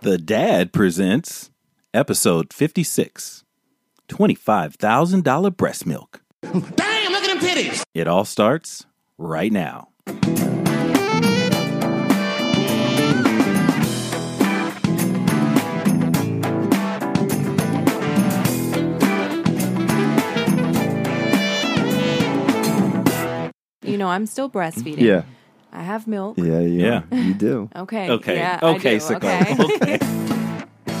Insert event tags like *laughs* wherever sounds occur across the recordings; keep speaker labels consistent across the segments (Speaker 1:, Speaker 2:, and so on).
Speaker 1: The Dad presents episode 56 $25,000 breast milk.
Speaker 2: Damn, look at them titties.
Speaker 1: It all starts right now.
Speaker 3: You know, I'm still breastfeeding.
Speaker 4: Yeah.
Speaker 3: I have milk.
Speaker 4: Yeah, yeah.
Speaker 1: Yeah.
Speaker 4: You do.
Speaker 3: Okay.
Speaker 1: Okay.
Speaker 3: Yeah, I
Speaker 1: okay,
Speaker 3: do.
Speaker 1: Sicko.
Speaker 3: *laughs*
Speaker 1: Okay.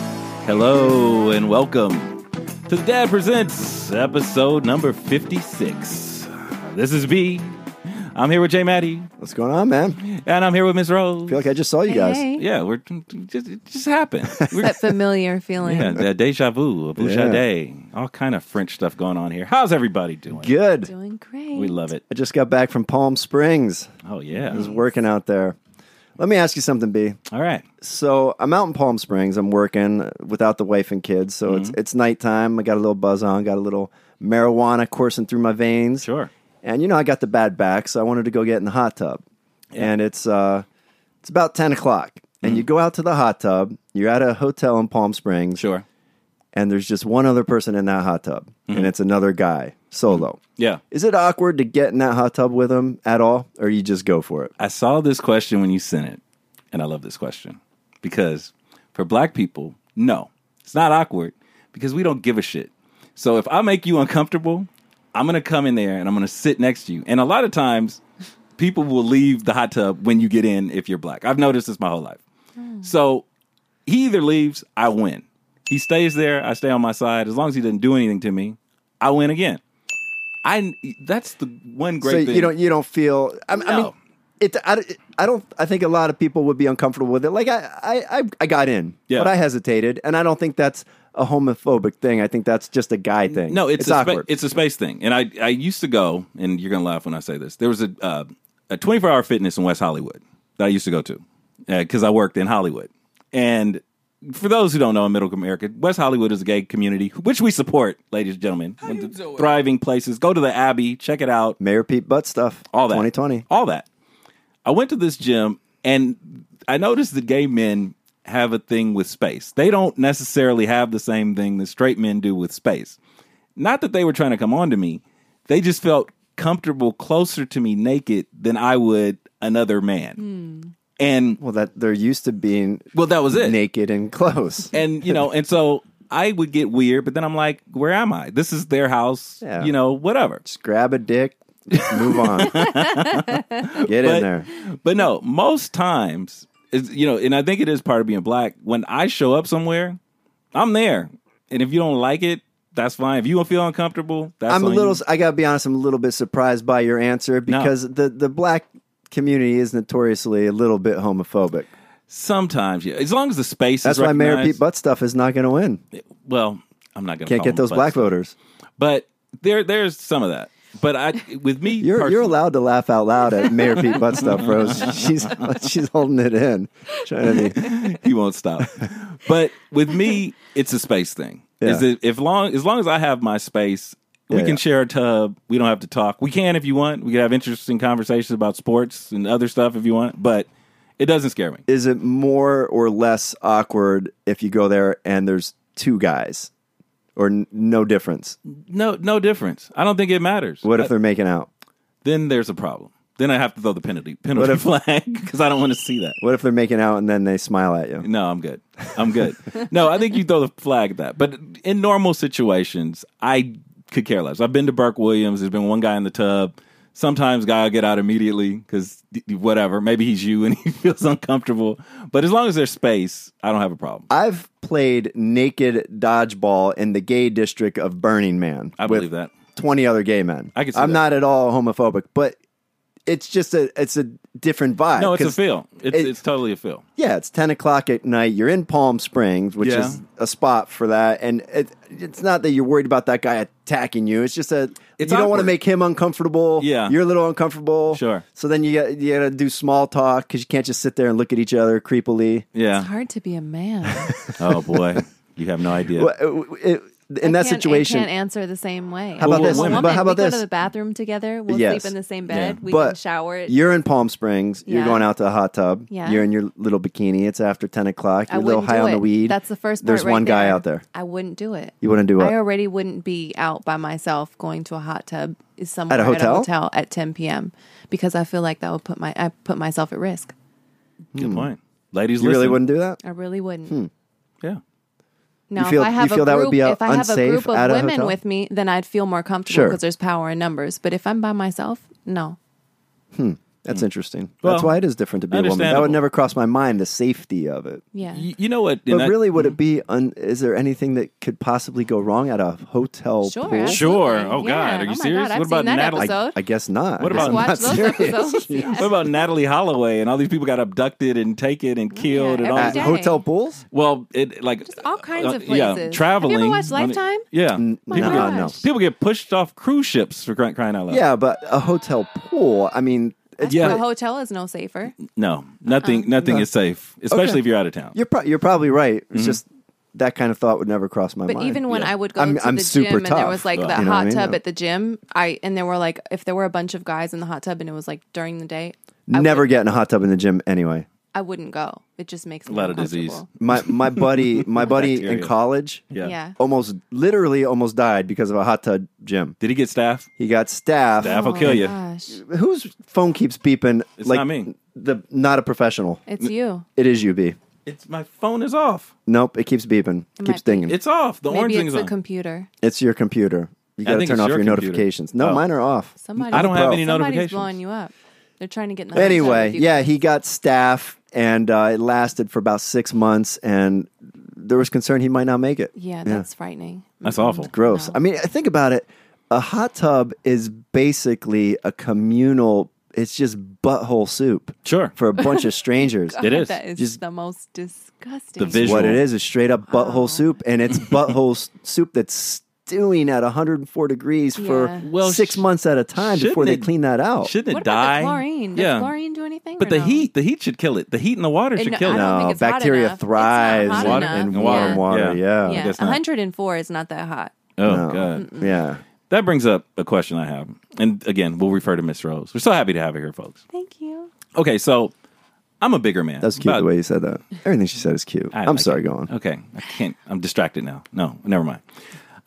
Speaker 1: Hello and welcome to The Dad presents episode number 56. This is B. I'm here with Jay Maddie,
Speaker 4: What's going on, man?
Speaker 1: and I'm here with Miss
Speaker 4: I
Speaker 1: Rose.
Speaker 4: feel like I just saw you guys.
Speaker 3: Hey.
Speaker 1: Yeah, we're just it just
Speaker 4: *laughs*
Speaker 1: happened. We're,
Speaker 3: That familiar feeling.
Speaker 1: yeah, the deja vu, a
Speaker 4: Yeah.
Speaker 1: bouchade, all kind of French stuff going on here. How's everybody doing?
Speaker 4: Good.
Speaker 3: Doing great.
Speaker 1: We love it.
Speaker 4: I just got back from Palm Springs.
Speaker 1: Oh yeah.
Speaker 4: I was working out there. Let me ask you something, B.
Speaker 1: All right.
Speaker 4: So I'm out in Palm Springs. I'm working without the wife and kids. So it's it's nighttime. I got a little buzz on. Got a little marijuana coursing through my veins.
Speaker 1: Sure.
Speaker 4: And you know I got the bad back, so I wanted to go get in the hot tub. And it's uh, it's about ten o'clock. And you go out to the hot tub. You're at a hotel in Palm Springs.
Speaker 1: Sure.
Speaker 4: and there's just one other person in that hot tub, and it's another guy solo.
Speaker 1: Yeah.
Speaker 4: Is it awkward to get in that hot tub with him at all, or you just go for it?
Speaker 1: I saw this question when you sent it, and I love this question because for black people, no, it's not awkward because we don't give a shit. So if I make you uncomfortable, I'm gonna come in there and I'm gonna sit next to you. And a lot of times, people will leave the hot tub when you get in if you're black. I've noticed this my whole life. So he either leaves, I win. He stays there, I stay on my side. As long as he doesn't do anything to me, I win again. I that's the one great
Speaker 4: so
Speaker 1: thing.
Speaker 4: you don't you don't feel. I, I mean,
Speaker 1: No.
Speaker 4: it. I, I don't. I think a lot of people would be uncomfortable with it. Like I, I, I, I got in,
Speaker 1: Yeah.
Speaker 4: but I hesitated, and I don't think that's a homophobic thing. I think that's just a guy thing.
Speaker 1: No, it's, a spa-
Speaker 4: awkward.
Speaker 1: it's a space thing. And I, I used to go, and you're gonna laugh when I say this. There was a uh, a 24 hour fitness in West Hollywood that I used to go to because I worked in Hollywood. And for those who don't know, in Middle America, West Hollywood is a gay community which we support, ladies and gentlemen. One of the thriving places. Go to the Abbey, check it out
Speaker 4: Mayor Pete Butt stuff.
Speaker 1: all that
Speaker 4: 2020.
Speaker 1: all that i went to this gym and i noticed that gay men have a thing with space they don't necessarily have the same thing that straight men do with space not that they were trying to come on to me they just felt comfortable closer to me naked than i would another man
Speaker 4: Hmm.
Speaker 1: and
Speaker 4: Well, that they're used to being
Speaker 1: well that was it
Speaker 4: naked
Speaker 1: *laughs*
Speaker 4: and close.
Speaker 1: and you know, and so I would get weird, but then I'm like, where am I? This is their house,
Speaker 4: Yeah.
Speaker 1: you know, whatever.
Speaker 4: just grab a dick, just move *laughs* on, get in
Speaker 1: But-
Speaker 4: there.
Speaker 1: But no, most times, it's, you know, and I think it is part of being black. When I show up somewhere, I'm there, and if you don't like it, that's fine. If you don't feel uncomfortable, that's
Speaker 4: I'm a
Speaker 1: on
Speaker 4: little.
Speaker 1: you.
Speaker 4: I gotta be honest. I'm a little bit surprised by your answer because the the black community is notoriously a little bit homophobic.
Speaker 1: Sometimes, yeah. As long as the space
Speaker 4: That's
Speaker 1: is
Speaker 4: why Mayor Pete
Speaker 1: recognized-
Speaker 4: Butt stuff is not going to win.
Speaker 1: Well, I'm not gonna
Speaker 4: Can't
Speaker 1: call
Speaker 4: get
Speaker 1: him
Speaker 4: those
Speaker 1: butt
Speaker 4: black
Speaker 1: stuff.
Speaker 4: voters.
Speaker 1: But there, there's some of that. But I, with me,
Speaker 4: *laughs* You're you're
Speaker 1: personally-
Speaker 4: allowed to laugh out loud at Mayor Pete Butt stuff,
Speaker 1: *laughs*
Speaker 4: Rose. She's she's holding it in. Trying to be.
Speaker 1: *laughs* he won't stop. But with me, it's a space thing.
Speaker 4: Yeah.
Speaker 1: Is that if long as long as I have my space, we
Speaker 4: Yeah,
Speaker 1: can
Speaker 4: yeah.
Speaker 1: share a tub. We don't have to talk. We can if you want. We can have interesting conversations about sports and other stuff if you want. But it doesn't scare me.
Speaker 4: Is it more or less awkward if you go there and there's two guys, or n- no difference?
Speaker 1: No, no difference. I don't think it matters. Uh,
Speaker 4: What if they're making out?
Speaker 1: then there's a problem. Then I have to throw the penalty penalty *laughs*
Speaker 4: if-
Speaker 1: flag because I don't want to see that.
Speaker 4: What if they're making out and then they smile at you?
Speaker 1: No, I'm good. I'm good. no, I think you throw the flag at that. But in normal situations, I could care less. I've been to Burke Williams. There's been one guy in the tub. Sometimes guy will get out immediately because whatever. Maybe he's you and *laughs* he feels uncomfortable. But as long as there's space, I don't have a problem.
Speaker 4: I've played naked dodgeball in the gay district of Burning Man.
Speaker 1: I
Speaker 4: with
Speaker 1: believe that.
Speaker 4: 20 other gay men.
Speaker 1: I can see
Speaker 4: I'm
Speaker 1: that.
Speaker 4: not at all homophobic, but it's just a it's a different vibe.
Speaker 1: No, it's a
Speaker 4: 'cause,
Speaker 1: feel. It's,
Speaker 4: it-
Speaker 1: it's totally a feel.
Speaker 4: Yeah, it's 10 o'clock at night. You're in Palm Springs, which
Speaker 1: Yeah.
Speaker 4: is a spot for that. And it, it's not that you're worried about that guy attacking you. It's just that
Speaker 1: It's
Speaker 4: you don't want
Speaker 1: awkward.
Speaker 4: to make him uncomfortable.
Speaker 1: Yeah.
Speaker 4: You're a little uncomfortable.
Speaker 1: Sure.
Speaker 4: So then you got, you got to do small talk because you can't just sit there and look at each other creepily.
Speaker 1: Yeah.
Speaker 4: *laughs*
Speaker 3: Hard to be a man.
Speaker 1: Oh boy, you have no idea.
Speaker 4: Well, Uh, it- it- in that
Speaker 3: can't- and
Speaker 4: situation,
Speaker 3: can't answer the same way.
Speaker 4: How about
Speaker 3: I'm a
Speaker 1: this?
Speaker 3: woman.
Speaker 1: But
Speaker 4: how about
Speaker 3: we
Speaker 4: this?
Speaker 3: Go to the bathroom together. We'll
Speaker 4: Yes.
Speaker 3: sleep in the same bed.
Speaker 1: Yeah.
Speaker 3: We
Speaker 4: But
Speaker 3: can shower. It.
Speaker 4: You're in Palm Springs. You're
Speaker 3: Yeah.
Speaker 4: going out to a hot tub.
Speaker 3: Yeah.
Speaker 4: You're in your little bikini. It's after ten o'clock.
Speaker 3: I
Speaker 4: You're a little
Speaker 3: wouldn't
Speaker 4: high
Speaker 3: do
Speaker 4: on the
Speaker 3: it.
Speaker 4: weed.
Speaker 3: That's the first. part
Speaker 4: There's
Speaker 3: right
Speaker 4: one guy out there.
Speaker 3: I wouldn't do it.
Speaker 4: You wouldn't do
Speaker 3: I
Speaker 4: what?
Speaker 3: already wouldn't be out by myself going to a hot tub somewhere
Speaker 4: At a hotel?
Speaker 3: hotel at 10 p.m. because I feel like that would put my I put myself at risk.
Speaker 1: Good point, ladies.
Speaker 4: hmm. You really
Speaker 1: listen.
Speaker 4: wouldn't do that.
Speaker 3: I really wouldn't.
Speaker 4: Hmm.
Speaker 1: Yeah.
Speaker 3: Now,
Speaker 4: feel-
Speaker 3: if I
Speaker 4: you
Speaker 3: have a
Speaker 4: feel
Speaker 3: group,
Speaker 4: that would be, uh,
Speaker 3: if I have a
Speaker 4: unsafe
Speaker 3: group
Speaker 4: at
Speaker 3: of
Speaker 4: a
Speaker 3: women
Speaker 4: hotel?
Speaker 3: with me, then I'd feel more comfortable
Speaker 4: Sure.
Speaker 3: because there's power in numbers. But if I'm by myself, no.
Speaker 4: That's interesting. That's
Speaker 1: Mm. Well,
Speaker 4: why it is different to be a woman. That would
Speaker 1: understandable.
Speaker 4: never cross my mind. The safety of it.
Speaker 3: Yeah.
Speaker 1: Y- you know what?
Speaker 4: But
Speaker 1: And Mm. I-
Speaker 4: really, would it be? Un- is there anything that could possibly go wrong at a hotel
Speaker 3: Sure.
Speaker 4: pool?
Speaker 1: Sure.
Speaker 3: absolutely.
Speaker 1: Oh, God. Are you
Speaker 3: my
Speaker 1: serious?
Speaker 3: God, I've
Speaker 1: What about
Speaker 3: seen that
Speaker 1: Natalie?
Speaker 4: I,
Speaker 3: episode.
Speaker 4: I guess not.
Speaker 1: What
Speaker 4: I guess
Speaker 1: about-
Speaker 4: I'm
Speaker 3: Watch
Speaker 4: not
Speaker 3: those
Speaker 4: serious. *laughs*
Speaker 3: episodes. Yeah.
Speaker 1: what about Natalie Holloway and all these people got abducted and taken and killed and all?
Speaker 3: *laughs*
Speaker 4: At
Speaker 3: Every day.
Speaker 4: hotel pools?
Speaker 1: Well, it like uh,
Speaker 3: all kinds of places. Have you
Speaker 1: Yeah,
Speaker 3: ever
Speaker 1: traveling.
Speaker 3: watched
Speaker 1: when it-
Speaker 3: Lifetime? Oh
Speaker 1: yeah,
Speaker 4: no,
Speaker 1: people, get,
Speaker 4: no.
Speaker 1: people get pushed off cruise ships for cry- crying out loud.
Speaker 4: Yeah, but a hotel pool. I mean, it's
Speaker 1: Yeah.
Speaker 3: A hotel is no safer.
Speaker 1: no, nothing,
Speaker 3: Uh,
Speaker 1: nothing is safe, especially
Speaker 4: Okay.
Speaker 1: if you're out of town.
Speaker 4: You're pro- you're probably right. It's
Speaker 1: Mm-hmm.
Speaker 4: just that kind of thought would never cross my
Speaker 3: But
Speaker 4: mind.
Speaker 3: even when
Speaker 1: Yeah.
Speaker 3: I would go
Speaker 4: I'm-
Speaker 3: to
Speaker 4: I'm
Speaker 3: the
Speaker 4: super
Speaker 3: gym and there
Speaker 4: tough,
Speaker 3: was like
Speaker 1: though.
Speaker 3: that
Speaker 4: You know what I
Speaker 3: hot
Speaker 4: mean?
Speaker 3: tub
Speaker 4: Yeah.
Speaker 3: at the gym, I and there were like if there were a bunch of guys in the hot tub and it was like during the day, I
Speaker 4: never
Speaker 3: would,
Speaker 4: get in a hot tub in the gym anyway.
Speaker 3: I wouldn't go. It just makes me
Speaker 1: lot of disease.
Speaker 3: uncomfortable.
Speaker 4: My my buddy
Speaker 1: *laughs*
Speaker 4: my buddy in
Speaker 1: Bacteria.
Speaker 4: college
Speaker 1: yeah.
Speaker 3: Yeah.
Speaker 4: almost literally almost died because of a hot tub gym.
Speaker 1: Did he get staff?
Speaker 4: He got staff.
Speaker 1: Staff will
Speaker 3: Oh
Speaker 1: kill
Speaker 3: my
Speaker 1: you.
Speaker 3: Gosh,
Speaker 4: Whose phone keeps beeping?
Speaker 1: It's not me.
Speaker 4: The not a professional.
Speaker 3: it's you.
Speaker 4: It is you, B.
Speaker 1: It's my phone is off.
Speaker 4: Nope, it keeps beeping. keeps
Speaker 3: might be.
Speaker 4: dinging.
Speaker 1: It's off. The orange
Speaker 3: Maybe
Speaker 1: thing
Speaker 3: it's
Speaker 1: is
Speaker 3: the
Speaker 1: on.
Speaker 3: computer.
Speaker 4: It's your computer. You got to
Speaker 1: think
Speaker 4: turn
Speaker 1: it's
Speaker 4: off
Speaker 1: your
Speaker 4: your,
Speaker 1: computer.
Speaker 4: notifications. No,
Speaker 1: Oh.
Speaker 4: mine are off.
Speaker 3: Somebody.
Speaker 1: I don't have any
Speaker 3: Somebody's
Speaker 1: notifications.
Speaker 3: blowing you up. They're trying to get in the hot tub
Speaker 4: Anyway,
Speaker 3: with you.
Speaker 4: yeah, he got staff, and uh, it lasted for about six months, and there was concern he might not make it.
Speaker 3: yeah, that's frightening.
Speaker 1: That's awful.
Speaker 4: gross. I mean, think about it. A hot tub is basically a communal. It's just butthole soup
Speaker 1: Sure.
Speaker 4: for a bunch of strangers.
Speaker 3: *laughs*
Speaker 1: It is.
Speaker 3: Mm-hmm. That is
Speaker 4: Just-
Speaker 3: the most disgusting.
Speaker 1: The *laughs* visual.
Speaker 4: What it is is straight up
Speaker 3: Oh.
Speaker 4: butthole soup, and it's butthole s- soup that's stewing at 104 degrees for
Speaker 3: Yeah.
Speaker 1: Well,
Speaker 4: six
Speaker 1: sh-
Speaker 4: months at a time
Speaker 1: shouldn't
Speaker 4: before they
Speaker 1: it-
Speaker 4: clean that out.
Speaker 1: Shouldn't it
Speaker 3: What about
Speaker 1: die?
Speaker 3: the chlorine? Does
Speaker 1: yeah.
Speaker 3: chlorine do anything?
Speaker 1: But
Speaker 3: or
Speaker 1: the
Speaker 3: no?
Speaker 1: heat, the heat should kill it. The heat in the water
Speaker 3: Uh,
Speaker 1: should
Speaker 3: no,
Speaker 1: kill
Speaker 3: I
Speaker 1: it.
Speaker 3: don't think
Speaker 4: no,
Speaker 3: it's hot
Speaker 4: bacteria
Speaker 3: enough. It's not
Speaker 4: thrives
Speaker 3: hot
Speaker 1: Water-
Speaker 3: enough.
Speaker 4: in
Speaker 1: Yeah.
Speaker 4: warm water.
Speaker 1: Yeah.
Speaker 4: Yeah,
Speaker 3: Yeah,
Speaker 1: guess not.
Speaker 3: 104 is not that hot.
Speaker 1: Oh
Speaker 4: No.
Speaker 1: god.
Speaker 4: yeah.
Speaker 1: That brings up a question I have. And again, we'll refer to Miss Rose. We're so happy to have her here, folks.
Speaker 3: Thank you.
Speaker 1: Okay, so I'm a bigger man.
Speaker 4: That's cute
Speaker 1: About-
Speaker 4: the way you said that. Everything she said is cute.
Speaker 1: I
Speaker 4: I'm
Speaker 1: like
Speaker 4: sorry,
Speaker 1: it.
Speaker 4: go on.
Speaker 1: Okay, I can't. I'm distracted now. No, never mind.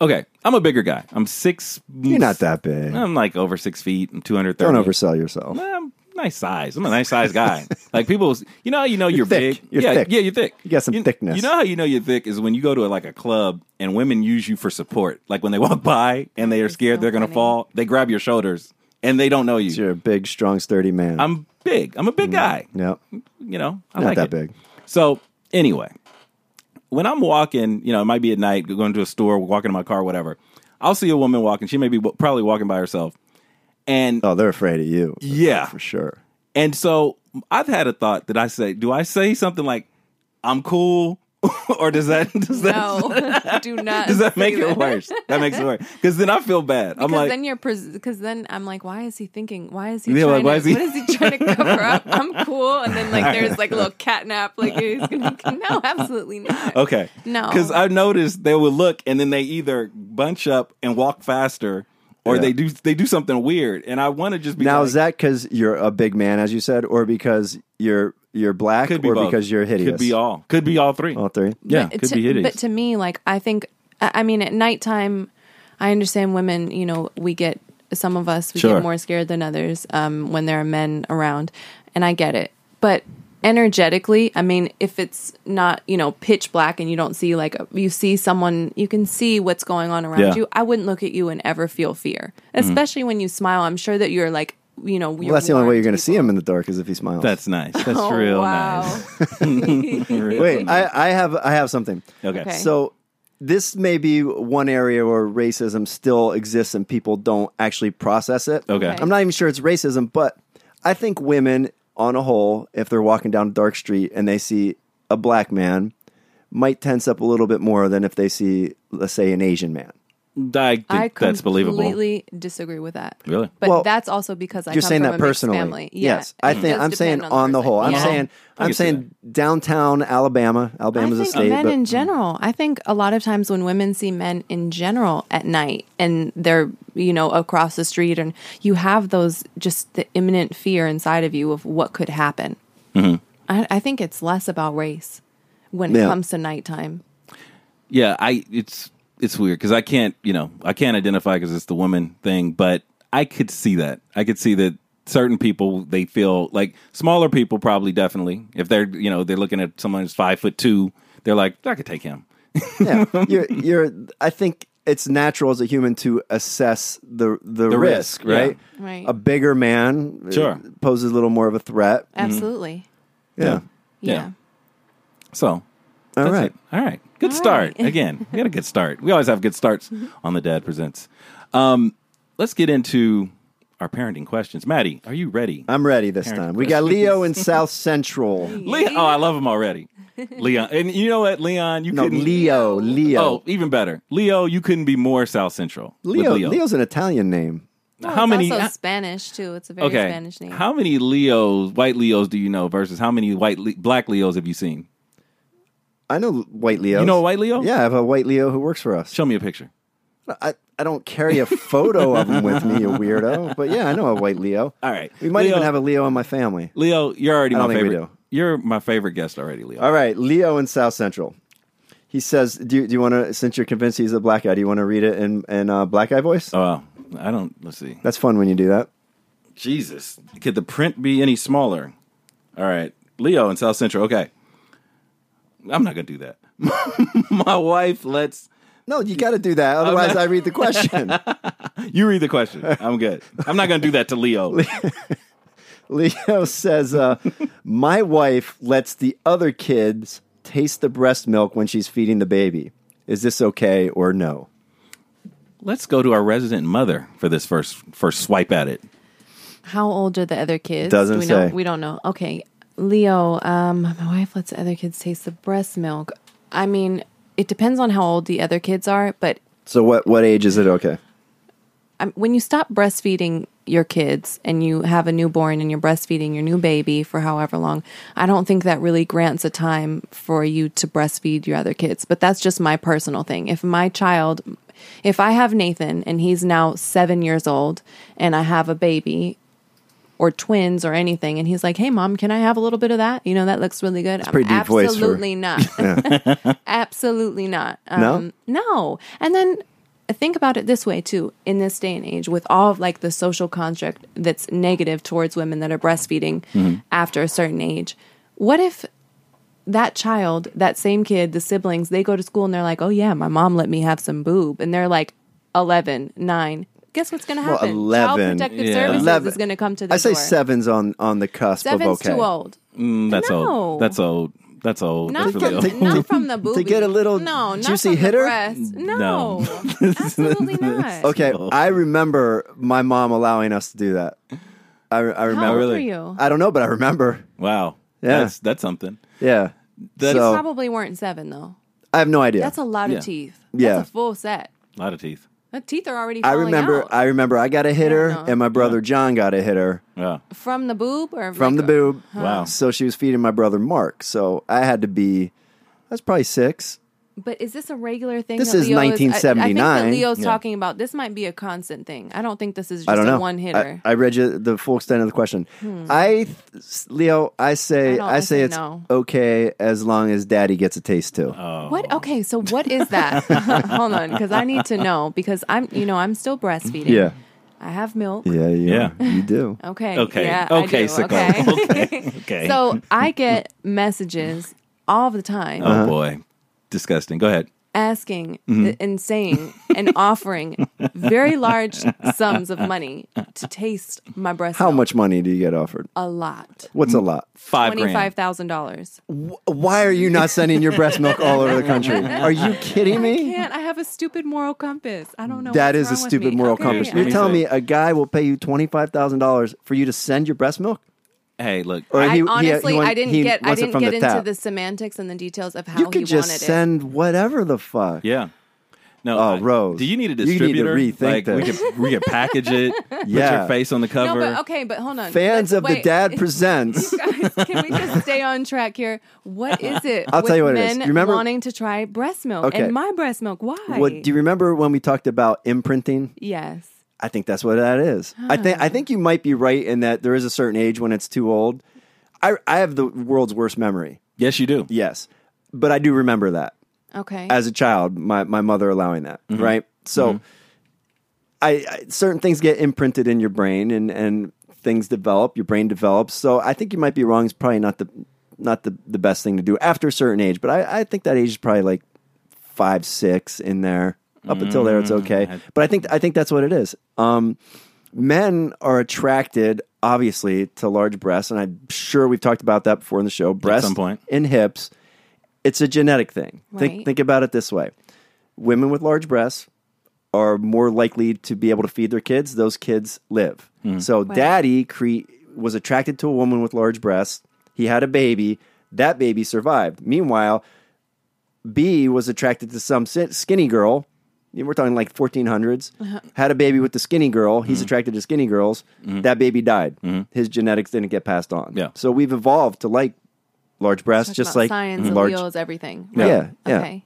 Speaker 1: Okay, I'm a bigger guy. I'm six.
Speaker 4: You're not that big.
Speaker 1: I'm like over six feet. I'm 230.
Speaker 4: Don't oversell yourself.
Speaker 1: I'm nice size. I'm a nice size
Speaker 4: *laughs*
Speaker 1: guy. like people, you know how you know you're,
Speaker 4: thick.
Speaker 1: big.
Speaker 4: You're
Speaker 1: yeah,
Speaker 4: thick.
Speaker 1: yeah, you're thick.
Speaker 4: You got some thickness.
Speaker 1: You know how you know you're thick is when you go to like a club and women use you for support. Like when they walk by and they are
Speaker 3: That's
Speaker 1: scared
Speaker 3: so
Speaker 1: they're gonna
Speaker 3: funny.
Speaker 1: fall, they grab your shoulders and they don't know you.
Speaker 4: You're a big, strong, sturdy man.
Speaker 1: I'm big. I'm a big guy.
Speaker 4: Yep.
Speaker 1: You know, I
Speaker 4: Mm-hmm. Not
Speaker 1: like
Speaker 4: that
Speaker 1: it.
Speaker 4: big.
Speaker 1: So anyway, when I'm walking, you know, it might be at night, going to a store, walking in my car, whatever. I'll see a woman walking. She may be w- probably walking by herself, and
Speaker 4: Oh, they're afraid of you.
Speaker 1: Yeah.
Speaker 4: For sure.
Speaker 1: and so I've had a thought that I say, do I say something like, "I'm cool," *laughs* or does that does that
Speaker 3: No, *laughs* do
Speaker 1: *laughs*
Speaker 3: not.
Speaker 1: does that make
Speaker 3: say
Speaker 1: it
Speaker 3: *laughs*
Speaker 1: worse? That makes it worse because then I feel bad. I'm
Speaker 3: Because
Speaker 1: like,
Speaker 3: then you're because then I'm like, why is he thinking? Why is he?
Speaker 1: Yeah, like,
Speaker 3: trying
Speaker 1: why
Speaker 3: to,
Speaker 1: is he-
Speaker 3: What is he trying to cover up? I'm cool, and
Speaker 1: *laughs*
Speaker 3: then like there's like a little catnap. Like he's gonna *laughs* no, absolutely not.
Speaker 1: Okay.
Speaker 3: No.
Speaker 1: Because I've noticed they will look and then they either bunch up and walk faster, or
Speaker 4: Yeah.
Speaker 1: they do they do something weird. And I want to just be
Speaker 4: Now,
Speaker 1: like,
Speaker 4: is that because you're a big man, as you said, or because you're you're black,
Speaker 1: could be
Speaker 4: or
Speaker 1: both.
Speaker 4: because you're hideous?
Speaker 1: Could be all. Could be all three.
Speaker 4: All three.
Speaker 1: Yeah.
Speaker 3: But
Speaker 1: could
Speaker 3: to,
Speaker 1: be hideous.
Speaker 3: But to me, like I think, I I mean, at nighttime, I understand women. You know, we get some of us we
Speaker 1: Sure.
Speaker 3: get more scared than others um, when there are men around, and I get it. But energetically, I mean, if it's not you know pitch black and you don't see like a- you see someone, you can see what's going on around
Speaker 1: Yeah. Mm-hmm.
Speaker 3: you. I wouldn't look at you and ever feel fear, especially when you smile. I'm sure that you're like you know.
Speaker 4: Well, that's the only way you're going to see him in the dark is if he smiles.
Speaker 1: That's nice. That's
Speaker 3: *laughs* Oh,
Speaker 1: real
Speaker 3: wow.
Speaker 1: *laughs*
Speaker 3: Oh,
Speaker 1: nice. Real
Speaker 4: Wait,
Speaker 1: nice.
Speaker 4: I, I have I have something.
Speaker 1: okay.
Speaker 3: Okay.
Speaker 4: So this may be one area where racism still exists and people don't actually process it.
Speaker 1: Okay.
Speaker 3: Okay.
Speaker 4: I'm not even sure it's racism, but I think women on a whole, if they're walking down a dark street and they see a black man, might tense up a little bit more than if they see, let's say, an Asian man.
Speaker 1: I think
Speaker 3: I
Speaker 1: that's believable.
Speaker 3: completely disagree with that.
Speaker 1: Really?
Speaker 3: But
Speaker 4: Well,
Speaker 3: that's also because I
Speaker 4: You're
Speaker 3: come
Speaker 4: saying
Speaker 3: from
Speaker 4: that
Speaker 3: a mixed
Speaker 4: personally.
Speaker 3: family. Yeah,
Speaker 4: Yes, I
Speaker 3: it
Speaker 4: think
Speaker 3: does
Speaker 4: I'm saying
Speaker 3: depend
Speaker 4: on the,
Speaker 3: person.
Speaker 4: whole. I'm
Speaker 3: Yeah.
Speaker 4: saying
Speaker 1: I
Speaker 4: I'm
Speaker 1: can see
Speaker 4: saying downtown Alabama.
Speaker 3: I
Speaker 4: Alabama's
Speaker 3: think
Speaker 4: a state,
Speaker 3: men
Speaker 4: but
Speaker 3: in general. I think a lot of times when women see men in general at night and they're you know across the street and you have those just the imminent fear inside of you of what could happen.
Speaker 1: Mm-hmm.
Speaker 3: I, I think it's less about race when it
Speaker 4: Yeah.
Speaker 3: comes to nighttime.
Speaker 1: Yeah, I it's it's weird because I can't you know I can't identify because it's the woman thing, but I could see that. I could see that certain people they feel like smaller people probably definitely if they're you know they're looking at someone who's five foot two, they're like I could take him.
Speaker 4: yeah,
Speaker 1: *laughs*
Speaker 4: you're, you're. I think it's natural as a human to assess the the,
Speaker 1: risk,
Speaker 4: risk,
Speaker 1: yeah.
Speaker 4: right?
Speaker 3: Right.
Speaker 4: A bigger man uh,
Speaker 1: Sure.
Speaker 4: poses a little more of a threat.
Speaker 3: Absolutely.
Speaker 4: Yeah.
Speaker 1: Mm-hmm. Yeah.
Speaker 3: Yeah.
Speaker 1: So
Speaker 4: All
Speaker 1: That's
Speaker 4: right.
Speaker 1: it. All right. Good
Speaker 3: All
Speaker 1: start.
Speaker 4: *laughs*
Speaker 3: right.
Speaker 1: Again, we got a good start. We always have good starts on the Dad Presents. Um, let's get into our parenting questions. Maddie, are you ready?
Speaker 4: I'm ready this
Speaker 1: Parent
Speaker 4: time. We got
Speaker 1: *laughs*
Speaker 4: Leo in South Central.
Speaker 1: Leon, oh, I love him already.
Speaker 4: *laughs*
Speaker 1: Leon. And you know what, Leon? You
Speaker 4: No,
Speaker 1: couldn't.
Speaker 4: Leo, Leo.
Speaker 1: Oh, even better. Leo, you couldn't be more South Central. with
Speaker 4: Leo,
Speaker 1: Leo.
Speaker 4: Leo's an Italian name.
Speaker 3: Well,
Speaker 1: how
Speaker 3: it's
Speaker 1: many?
Speaker 3: Also
Speaker 1: how-
Speaker 3: Spanish too. It's a very
Speaker 1: okay.
Speaker 3: Spanish name.
Speaker 1: How many Leos, white Leos, do you know versus how many white Le- black Leos have you seen?
Speaker 4: I know white Leo.
Speaker 1: You know a white Leo?
Speaker 4: Yeah, I have a white Leo who works for us.
Speaker 1: Show me a picture.
Speaker 4: I, I don't carry a photo of him with me, you weirdo. But yeah, I know a white Leo.
Speaker 1: All right.
Speaker 4: We might
Speaker 1: Leo-
Speaker 4: even have a Leo in my family.
Speaker 1: Leo, you're already
Speaker 4: I
Speaker 1: my
Speaker 4: don't think we
Speaker 1: favorite.
Speaker 4: do.
Speaker 1: You're my favorite guest already, Leo.
Speaker 4: All right, Leo in South Central. He says, "Do you, do you want to? Since you're convinced he's a black guy, do you want to read it in in uh, black guy voice?
Speaker 1: Oh, wow. I don't. Let's see.
Speaker 4: That's fun when you do that.
Speaker 1: Jesus, could the print be any smaller? All right, Leo in South Central. Okay, I'm not gonna do that. *laughs* My wife lets
Speaker 4: No, you got to do that. Otherwise, I read the question.
Speaker 1: you read the question. I'm good. I'm not gonna do that to Leo.
Speaker 4: *laughs* Leo says, uh, "My wife lets the other kids taste the breast milk when she's feeding the baby. Is this okay or no?"
Speaker 1: Let's go to our resident mother for this first first swipe at it.
Speaker 3: How old are the other kids?
Speaker 4: Doesn't
Speaker 3: Do we know?
Speaker 4: say.
Speaker 3: We don't know. Okay, Leo. Um, my wife lets the other kids taste the breast milk. I mean, it depends on how old the other kids are, but
Speaker 4: So what what age is it okay?
Speaker 3: um, when you stop breastfeeding your kids and you have a newborn and you're breastfeeding your new baby for however long, I don't think that really grants a time for you to breastfeed your other kids. But that's just my personal thing. If my child, if I have Nathan and he's now seven years old and I have a baby or twins or anything, and he's like, hey, mom, can I have a little bit of that? You know, that looks really good. I'm
Speaker 4: pretty deep voice for-
Speaker 3: absolutely not. Absolutely not.
Speaker 4: No?
Speaker 3: Um, No. And then think about it this way too. In this day and age, with all of like the social construct that's negative towards women that are breastfeeding
Speaker 4: Mm-hmm.
Speaker 3: after a certain age, what if that child, that same kid, the siblings, they go to school and they're like, "Oh yeah, my mom let me have some boob," and they're like 11, 9. Guess what's going to
Speaker 4: Well,
Speaker 3: happen? Child
Speaker 4: 11.
Speaker 3: protective
Speaker 1: Yeah.
Speaker 3: services
Speaker 4: Eleven.
Speaker 3: is going to come to the
Speaker 4: I say
Speaker 3: door.
Speaker 4: seven's on on the cusp
Speaker 3: Seven's
Speaker 4: of okay.
Speaker 3: too old.
Speaker 1: Mm, That's
Speaker 3: No.
Speaker 1: old. That's old. That's old.
Speaker 3: Not
Speaker 1: That's
Speaker 3: from,
Speaker 1: Leo.
Speaker 4: To-
Speaker 3: not from the booby.
Speaker 4: get a little
Speaker 3: no, not
Speaker 4: juicy
Speaker 3: from the
Speaker 4: hitter?
Speaker 3: breast. No,
Speaker 4: *laughs*
Speaker 3: absolutely not.
Speaker 4: Okay,
Speaker 1: old.
Speaker 4: I remember my mom allowing us to do that. I, I
Speaker 3: How
Speaker 4: remember.
Speaker 3: old
Speaker 1: really.
Speaker 3: were you?
Speaker 4: I don't know, but I remember.
Speaker 1: wow.
Speaker 4: Yeah.
Speaker 1: That's that's something.
Speaker 4: Yeah.
Speaker 1: That's-
Speaker 4: so
Speaker 3: Probably weren't seven though.
Speaker 4: I have no idea.
Speaker 3: That's a lot of
Speaker 1: Yeah.
Speaker 3: teeth.
Speaker 4: Yeah.
Speaker 3: That's a full set.
Speaker 1: A lot of teeth.
Speaker 3: The teeth are already.
Speaker 4: I
Speaker 3: falling
Speaker 4: remember.
Speaker 3: out.
Speaker 4: I remember. I got a hitter,
Speaker 3: no.
Speaker 4: and my brother John got a hitter
Speaker 1: Yeah.
Speaker 3: from the boob or
Speaker 4: from the
Speaker 3: like-
Speaker 4: boob.
Speaker 1: Wow.
Speaker 4: So she was feeding my brother Mark. So I had to be. That's probably six.
Speaker 3: But is this a regular thing?
Speaker 4: This
Speaker 3: that
Speaker 4: is
Speaker 3: Leo I- I, think
Speaker 4: 1979.
Speaker 3: that Leo's
Speaker 1: Yeah.
Speaker 3: talking about this might be a constant thing. I don't think this is just
Speaker 4: I don't
Speaker 3: a
Speaker 4: know.
Speaker 3: one hitter. Hmm.
Speaker 4: I, I read you the full extent of the question. I, th- Leo, I
Speaker 3: I
Speaker 4: say,
Speaker 3: don't-
Speaker 4: I,
Speaker 3: I
Speaker 4: say
Speaker 3: say
Speaker 4: it's
Speaker 3: no.
Speaker 4: okay as long as Daddy gets a taste too.
Speaker 1: Oh.
Speaker 4: Oh.
Speaker 3: What? Okay, so what is
Speaker 4: *laughs*
Speaker 3: that? Hold on, because I need to know because I'm, you know, I'm still breastfeeding.
Speaker 4: yeah,
Speaker 3: I have milk.
Speaker 4: yeah, you
Speaker 1: Yeah.
Speaker 3: *laughs*
Speaker 4: You do.
Speaker 3: Okay.
Speaker 1: Okay.
Speaker 3: Yeah, I
Speaker 1: okay.
Speaker 3: do.
Speaker 1: Sickle.
Speaker 3: Okay.
Speaker 1: okay. *laughs* Okay.
Speaker 3: *laughs* So I get messages all the time
Speaker 1: oh boy, disgusting. Go ahead.
Speaker 3: asking
Speaker 1: Mm-hmm.
Speaker 3: th- and saying and offering very large sums of money to taste my breast.
Speaker 4: How
Speaker 3: milk.
Speaker 4: much money do you get offered?
Speaker 3: A lot.
Speaker 4: What's a lot?
Speaker 1: Five grand.
Speaker 3: Twenty five thousand dollars.
Speaker 4: Why are you not sending your breast milk all over the country? Are you kidding
Speaker 3: I
Speaker 4: me?
Speaker 3: can't. I have a stupid moral compass. I don't know.
Speaker 4: That
Speaker 3: what's
Speaker 4: is a
Speaker 3: wrong with
Speaker 4: stupid
Speaker 3: me.
Speaker 4: moral
Speaker 3: Okay,
Speaker 4: compass.
Speaker 3: I-
Speaker 1: Let
Speaker 4: You're
Speaker 1: me
Speaker 4: telling
Speaker 1: say-
Speaker 4: me a guy will pay you twenty five thousand dollars for you to send your breast milk?
Speaker 1: Hey, look.
Speaker 4: Or
Speaker 3: I
Speaker 4: he- he-
Speaker 3: honestly,
Speaker 4: he want-
Speaker 3: I didn't
Speaker 4: he
Speaker 3: get. I
Speaker 4: wants it
Speaker 3: didn't
Speaker 4: from
Speaker 3: get
Speaker 4: the
Speaker 3: into
Speaker 4: tap.
Speaker 3: the semantics and the details of how
Speaker 4: You
Speaker 3: he
Speaker 4: could just
Speaker 3: wanted
Speaker 4: send whatever the fuck.
Speaker 1: Yeah. No,
Speaker 4: Oh,
Speaker 1: I-
Speaker 4: Rose.
Speaker 1: Do you need a
Speaker 4: You need to
Speaker 1: distributor?
Speaker 4: rethink
Speaker 1: like we
Speaker 4: this.
Speaker 1: could we could package
Speaker 4: *laughs*
Speaker 1: it. Put
Speaker 4: Yeah.
Speaker 1: your face on the
Speaker 3: No,
Speaker 1: cover.
Speaker 3: but okay, but hold on. Let's-
Speaker 4: Fans of the
Speaker 3: wait. *laughs*
Speaker 4: *laughs* Dad Presents.
Speaker 3: Guys, can we just stay on track here? What is it?
Speaker 4: I'll tell
Speaker 3: with
Speaker 4: you what it is.
Speaker 3: men
Speaker 4: You remember-
Speaker 3: wanting to try breast milk
Speaker 4: Okay.
Speaker 3: and my breast milk? Why?
Speaker 4: What, do you remember when we talked about imprinting?
Speaker 3: yes.
Speaker 4: I think that's what that is. I think I think you might be right in that there is a certain age when it's too old. I I have the world's worst memory.
Speaker 1: yes, you do.
Speaker 4: Yes. But I do remember that
Speaker 3: Okay.
Speaker 4: as a child, my, my mother allowing that,
Speaker 1: Mm-hmm.
Speaker 4: right? So I, I certain things get imprinted in your brain and, and things develop, your brain develops. So I think you might be wrong. It's probably not the not the, the best thing to do after a certain age, but I, I think that age is probably like five, six in there. Up until there
Speaker 1: Mm,
Speaker 4: it's okay. But I think I think that's what it is. Um, men are attracted obviously to large breasts, and I'm sure we've talked about that before in the show. Breasts
Speaker 1: some point.
Speaker 4: and hips it's a genetic thing.
Speaker 3: Right.
Speaker 4: Think think about it this way: women with large breasts are more likely to be able to feed their kids. Those kids live. So, daddy cre- was attracted to a woman with large breasts. He had a baby. That baby survived. Meanwhile, B was attracted to some si- skinny girl. You know, We're talking like 1400s.
Speaker 3: Uh-huh.
Speaker 4: Had a baby with the skinny girl. He's attracted to skinny girls. That baby died. His genetics didn't get passed on.
Speaker 1: Yeah.
Speaker 4: So we've evolved to like large breasts,
Speaker 3: Talk
Speaker 4: just
Speaker 3: about
Speaker 4: like
Speaker 3: science,
Speaker 4: large
Speaker 3: alleles, everything.
Speaker 4: Yeah.
Speaker 3: Right.
Speaker 4: Yeah, yeah.
Speaker 3: Okay.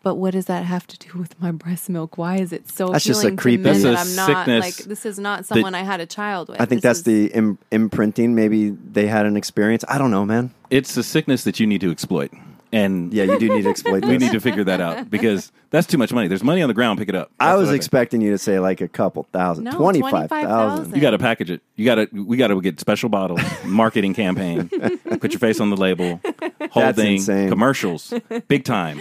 Speaker 3: But what does that have to do with my breast milk? Why is it so
Speaker 4: That's just a
Speaker 3: appealing
Speaker 4: creepy-
Speaker 3: to men
Speaker 4: That's
Speaker 1: a
Speaker 3: that I'm not
Speaker 1: sickness
Speaker 3: like this is not someone I had a child with.
Speaker 4: I think
Speaker 3: This
Speaker 4: that's
Speaker 3: is-
Speaker 4: the Im- imprinting. Maybe they had an experience. I don't know, man.
Speaker 1: It's a sickness that you need to exploit, and
Speaker 4: Yeah, you do need to exploit
Speaker 1: *laughs*
Speaker 4: this.
Speaker 1: we need to figure that out because that's too much money. There's money on the ground. Pick it up.
Speaker 4: I
Speaker 1: That's
Speaker 4: was
Speaker 1: what think.
Speaker 4: expecting you to say like a couple thousand,
Speaker 3: No,
Speaker 4: twenty-five
Speaker 3: 25,000.
Speaker 4: thousand.
Speaker 1: You got to package it. You got to. We got to get special bottles, marketing
Speaker 4: *laughs*
Speaker 1: campaign. Put your face on the label. Whole
Speaker 4: That's
Speaker 1: thing.
Speaker 4: insane.
Speaker 1: Commercials. Big time.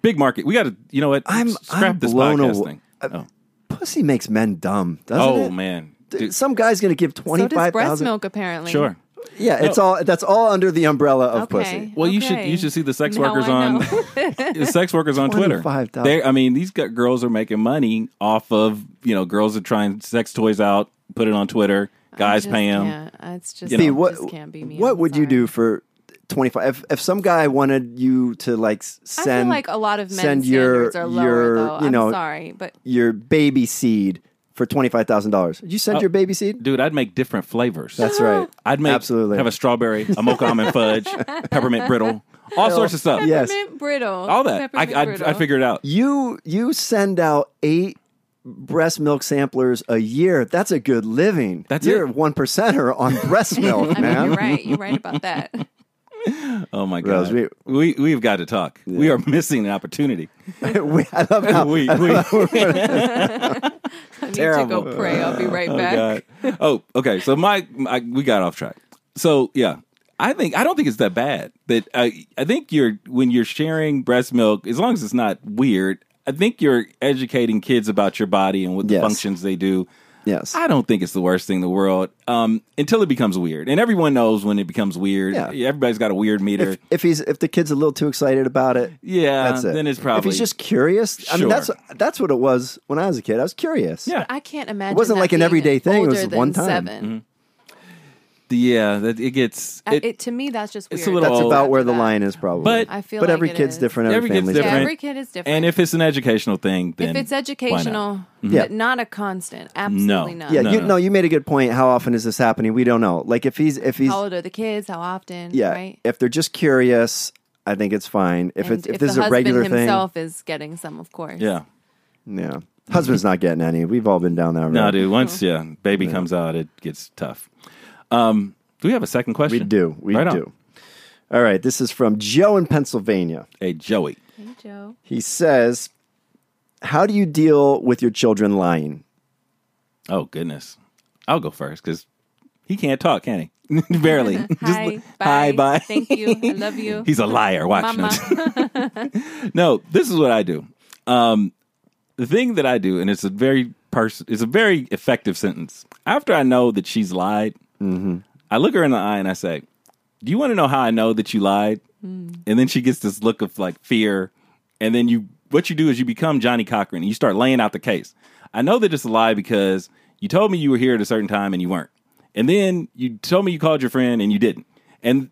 Speaker 1: Big market. We got to. You know what?
Speaker 4: I'm-
Speaker 1: scrap
Speaker 4: I'm
Speaker 1: this
Speaker 4: blown
Speaker 1: podcast
Speaker 4: awa-
Speaker 1: thing.
Speaker 4: Uh,
Speaker 1: oh,
Speaker 4: Pussy makes men dumb, doesn't
Speaker 1: oh
Speaker 4: it?
Speaker 1: man.
Speaker 4: Dude,
Speaker 1: Dude,
Speaker 4: Some guy's going to give
Speaker 3: so does
Speaker 4: twenty-five
Speaker 3: breast
Speaker 4: thousand.
Speaker 3: milk apparently.
Speaker 1: sure.
Speaker 4: yeah, it's all that's all under the umbrella of
Speaker 3: Okay.
Speaker 4: pussy.
Speaker 1: Well, you should
Speaker 3: Okay.
Speaker 1: you should see the sex
Speaker 3: Now
Speaker 1: workers
Speaker 3: I
Speaker 1: on
Speaker 3: know.
Speaker 1: *laughs* the sex workers on Twitter.
Speaker 4: 25,000.
Speaker 1: They, I mean, these g- girls are making money off of you know girls are trying sex toys out, put it on Twitter. Guys
Speaker 3: Just
Speaker 1: pay them.
Speaker 3: can't. It's just,
Speaker 1: know.
Speaker 4: See
Speaker 1: See,
Speaker 3: it
Speaker 4: what?
Speaker 3: just can't be me.
Speaker 4: what
Speaker 3: I'm
Speaker 4: would you
Speaker 3: sorry.
Speaker 4: do for twenty-five? If, if some guy wanted you to like s-
Speaker 3: I
Speaker 4: send,
Speaker 3: feel like a lot of men's
Speaker 4: send your-
Speaker 3: standards are lower,
Speaker 4: your,
Speaker 3: though.
Speaker 4: you
Speaker 3: I'm
Speaker 4: know,
Speaker 3: sorry, but
Speaker 4: your baby seed for twenty-five thousand dollars, you
Speaker 1: Uh,
Speaker 4: send your baby seed?
Speaker 1: Dude, I'd make different flavors.
Speaker 4: That's right.
Speaker 1: *gasps* I'd make
Speaker 4: absolutely
Speaker 1: have a strawberry, a mocha
Speaker 3: *laughs*
Speaker 1: almond fudge, peppermint brittle, all sorts of stuff.
Speaker 4: Yes.
Speaker 3: peppermint brittle,
Speaker 1: all that. I,
Speaker 3: Peppermint
Speaker 1: I,
Speaker 3: brittle.
Speaker 1: I figured it out.
Speaker 4: you you send out eight breast milk samplers a year. That's a good living.
Speaker 1: That's
Speaker 4: you're
Speaker 1: it.
Speaker 4: a one percenter
Speaker 1: *laughs*
Speaker 4: on breast milk,
Speaker 3: I mean,
Speaker 4: man. *laughs*
Speaker 3: you're right. You're right about that. *laughs*
Speaker 1: Oh my
Speaker 4: Rose,
Speaker 1: god, we, we we've got to talk. We are missing an opportunity.
Speaker 4: we, I love
Speaker 1: *laughs*
Speaker 4: how *laughs*
Speaker 1: we, we,
Speaker 3: I need
Speaker 4: Terrible.
Speaker 3: to go pray. I'll be right back.
Speaker 1: Oh, God. Oh, okay. So my, my we got off track. So yeah, I think I don't think it's that bad. That I I think you're when you're sharing breast milk, as long as it's not weird. I think you're educating kids about your body and what the
Speaker 4: Yes.
Speaker 1: functions they do.
Speaker 4: yes.
Speaker 1: I don't think it's the worst thing in the world um, until it becomes weird. And everyone knows when it becomes weird.
Speaker 4: Yeah.
Speaker 1: Everybody's got a weird meter.
Speaker 4: If, if he's if the kid's a little too excited about it,
Speaker 1: yeah,
Speaker 4: that's it.
Speaker 1: then it's
Speaker 4: if
Speaker 1: probably
Speaker 4: he's just curious. I mean,
Speaker 1: Sure.
Speaker 4: that's that's what it was when I was a kid. I was curious.
Speaker 1: Yeah.
Speaker 3: I can't imagine.
Speaker 4: wasn't
Speaker 3: that
Speaker 4: like an
Speaker 3: being
Speaker 4: everyday thing, it was
Speaker 3: older
Speaker 4: one
Speaker 3: than
Speaker 4: time.
Speaker 3: 7
Speaker 1: yeah. That Mm-hmm. it gets
Speaker 4: Uh,
Speaker 3: I- Uh, It, to me, that's just weird.
Speaker 1: a little
Speaker 4: that's
Speaker 1: old.
Speaker 4: about where the
Speaker 3: After that.
Speaker 4: line is, probably.
Speaker 1: But-
Speaker 3: I feel
Speaker 4: but
Speaker 3: like
Speaker 4: every
Speaker 3: it
Speaker 4: kid's
Speaker 3: is.
Speaker 4: different. Every,
Speaker 1: Every kid's
Speaker 4: family's
Speaker 3: Yeah,
Speaker 4: different.
Speaker 3: every kid is different.
Speaker 1: and if it's an educational thing, then
Speaker 3: if it's
Speaker 1: why not? Mm-hmm.
Speaker 3: educational, but
Speaker 4: Yeah.
Speaker 3: not a constant, absolutely not.
Speaker 4: Yeah,
Speaker 1: No,
Speaker 4: you
Speaker 1: no.
Speaker 4: no, you made a good point. How often is this happening? We don't know. Like if he's if he's
Speaker 3: How old are the kids? How often?
Speaker 4: yeah,
Speaker 3: right?
Speaker 4: if they're just curious, I think it's fine. If
Speaker 3: And
Speaker 4: it's if, this is a
Speaker 3: husband
Speaker 4: regular
Speaker 3: himself is getting some, of course.
Speaker 1: yeah.
Speaker 4: thing, yeah. Husband's not getting any. We've all been down that road.
Speaker 1: No, dude. Once yeah, baby comes out, it gets tough. Um, do we have a second
Speaker 4: We
Speaker 1: question?
Speaker 4: do. We
Speaker 1: Right on.
Speaker 4: do. All right. This is from Joe in Pennsylvania.
Speaker 1: Hey, Joey.
Speaker 3: Hey, Joe.
Speaker 4: He says, How do you deal with your children lying?
Speaker 1: Oh goodness, I'll go first because he can't talk, can he? *laughs*
Speaker 3: *laughs*
Speaker 1: Barely. Just
Speaker 3: Hi.
Speaker 1: li- *laughs*
Speaker 3: bye.
Speaker 1: Hi. Bye.
Speaker 3: Thank you.
Speaker 1: *laughs*
Speaker 3: I love you.
Speaker 1: He's a liar. Watch. No,
Speaker 3: Mama. *laughs*
Speaker 1: *laughs* no, this is what I do. Um, the thing that I do, and it's a very person, it's a very effective sentence. After I know that she's lied, I look her in the eye and I say, "Do you want to know how I know that you lied?" And then she gets this look of like fear, and then you, what you do is you become Johnny Cochran and you start laying out the case. I know that it's a lie because you told me you were here at a certain time and you weren't, and then you told me you called your friend and you didn't, and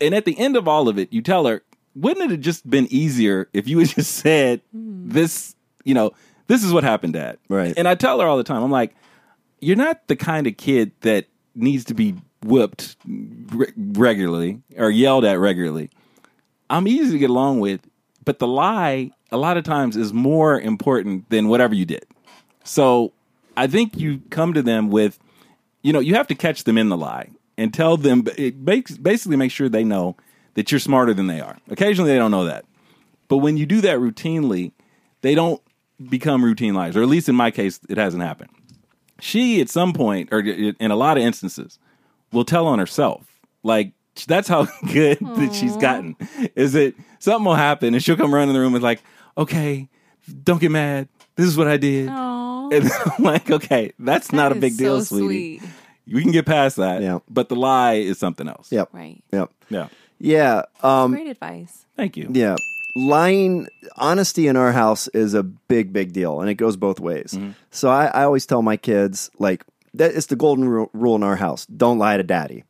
Speaker 1: and at the end of all of it, you tell her, wouldn't it have just been easier if you had just said this, you know, this is what happened, Dad?
Speaker 4: Right.
Speaker 1: And I tell her all the time, I'm like, you're not the kind of kid that needs to be whipped re- regularly or yelled at regularly. I'm easy to get along with, but the lie a lot of times is more important than whatever you did. So I think you come to them with, you know, you have to catch them in the lie and tell them, it makes, basically make sure they know that you're smarter than they are. Occasionally they don't know that. But when you do that routinely, they don't become routine liars, or at least in my case, it hasn't happened. She, at some point, or in a lot of instances, will tell on herself. Like, that's how *laughs* good that she's gotten. Is that something will happen and she'll come running in the room and, like, okay, don't get mad. This is what I did.
Speaker 3: Aw.
Speaker 1: And *laughs* I'm like, okay, that's not a
Speaker 3: That
Speaker 1: big
Speaker 3: is
Speaker 1: deal,
Speaker 3: so
Speaker 1: sweetie.
Speaker 3: sweet.
Speaker 1: We can get past that.
Speaker 4: Yeah.
Speaker 1: But the lie is something else.
Speaker 4: Yep.
Speaker 3: Right.
Speaker 4: Yep.
Speaker 1: Yeah.
Speaker 4: Yeah. Um,
Speaker 3: Great advice.
Speaker 1: Thank you.
Speaker 4: Yeah. Lying, honesty in our house is a big, big deal, and it goes both ways. So I, I always tell my kids, like, that it's the golden ru- rule in our house don't lie to daddy.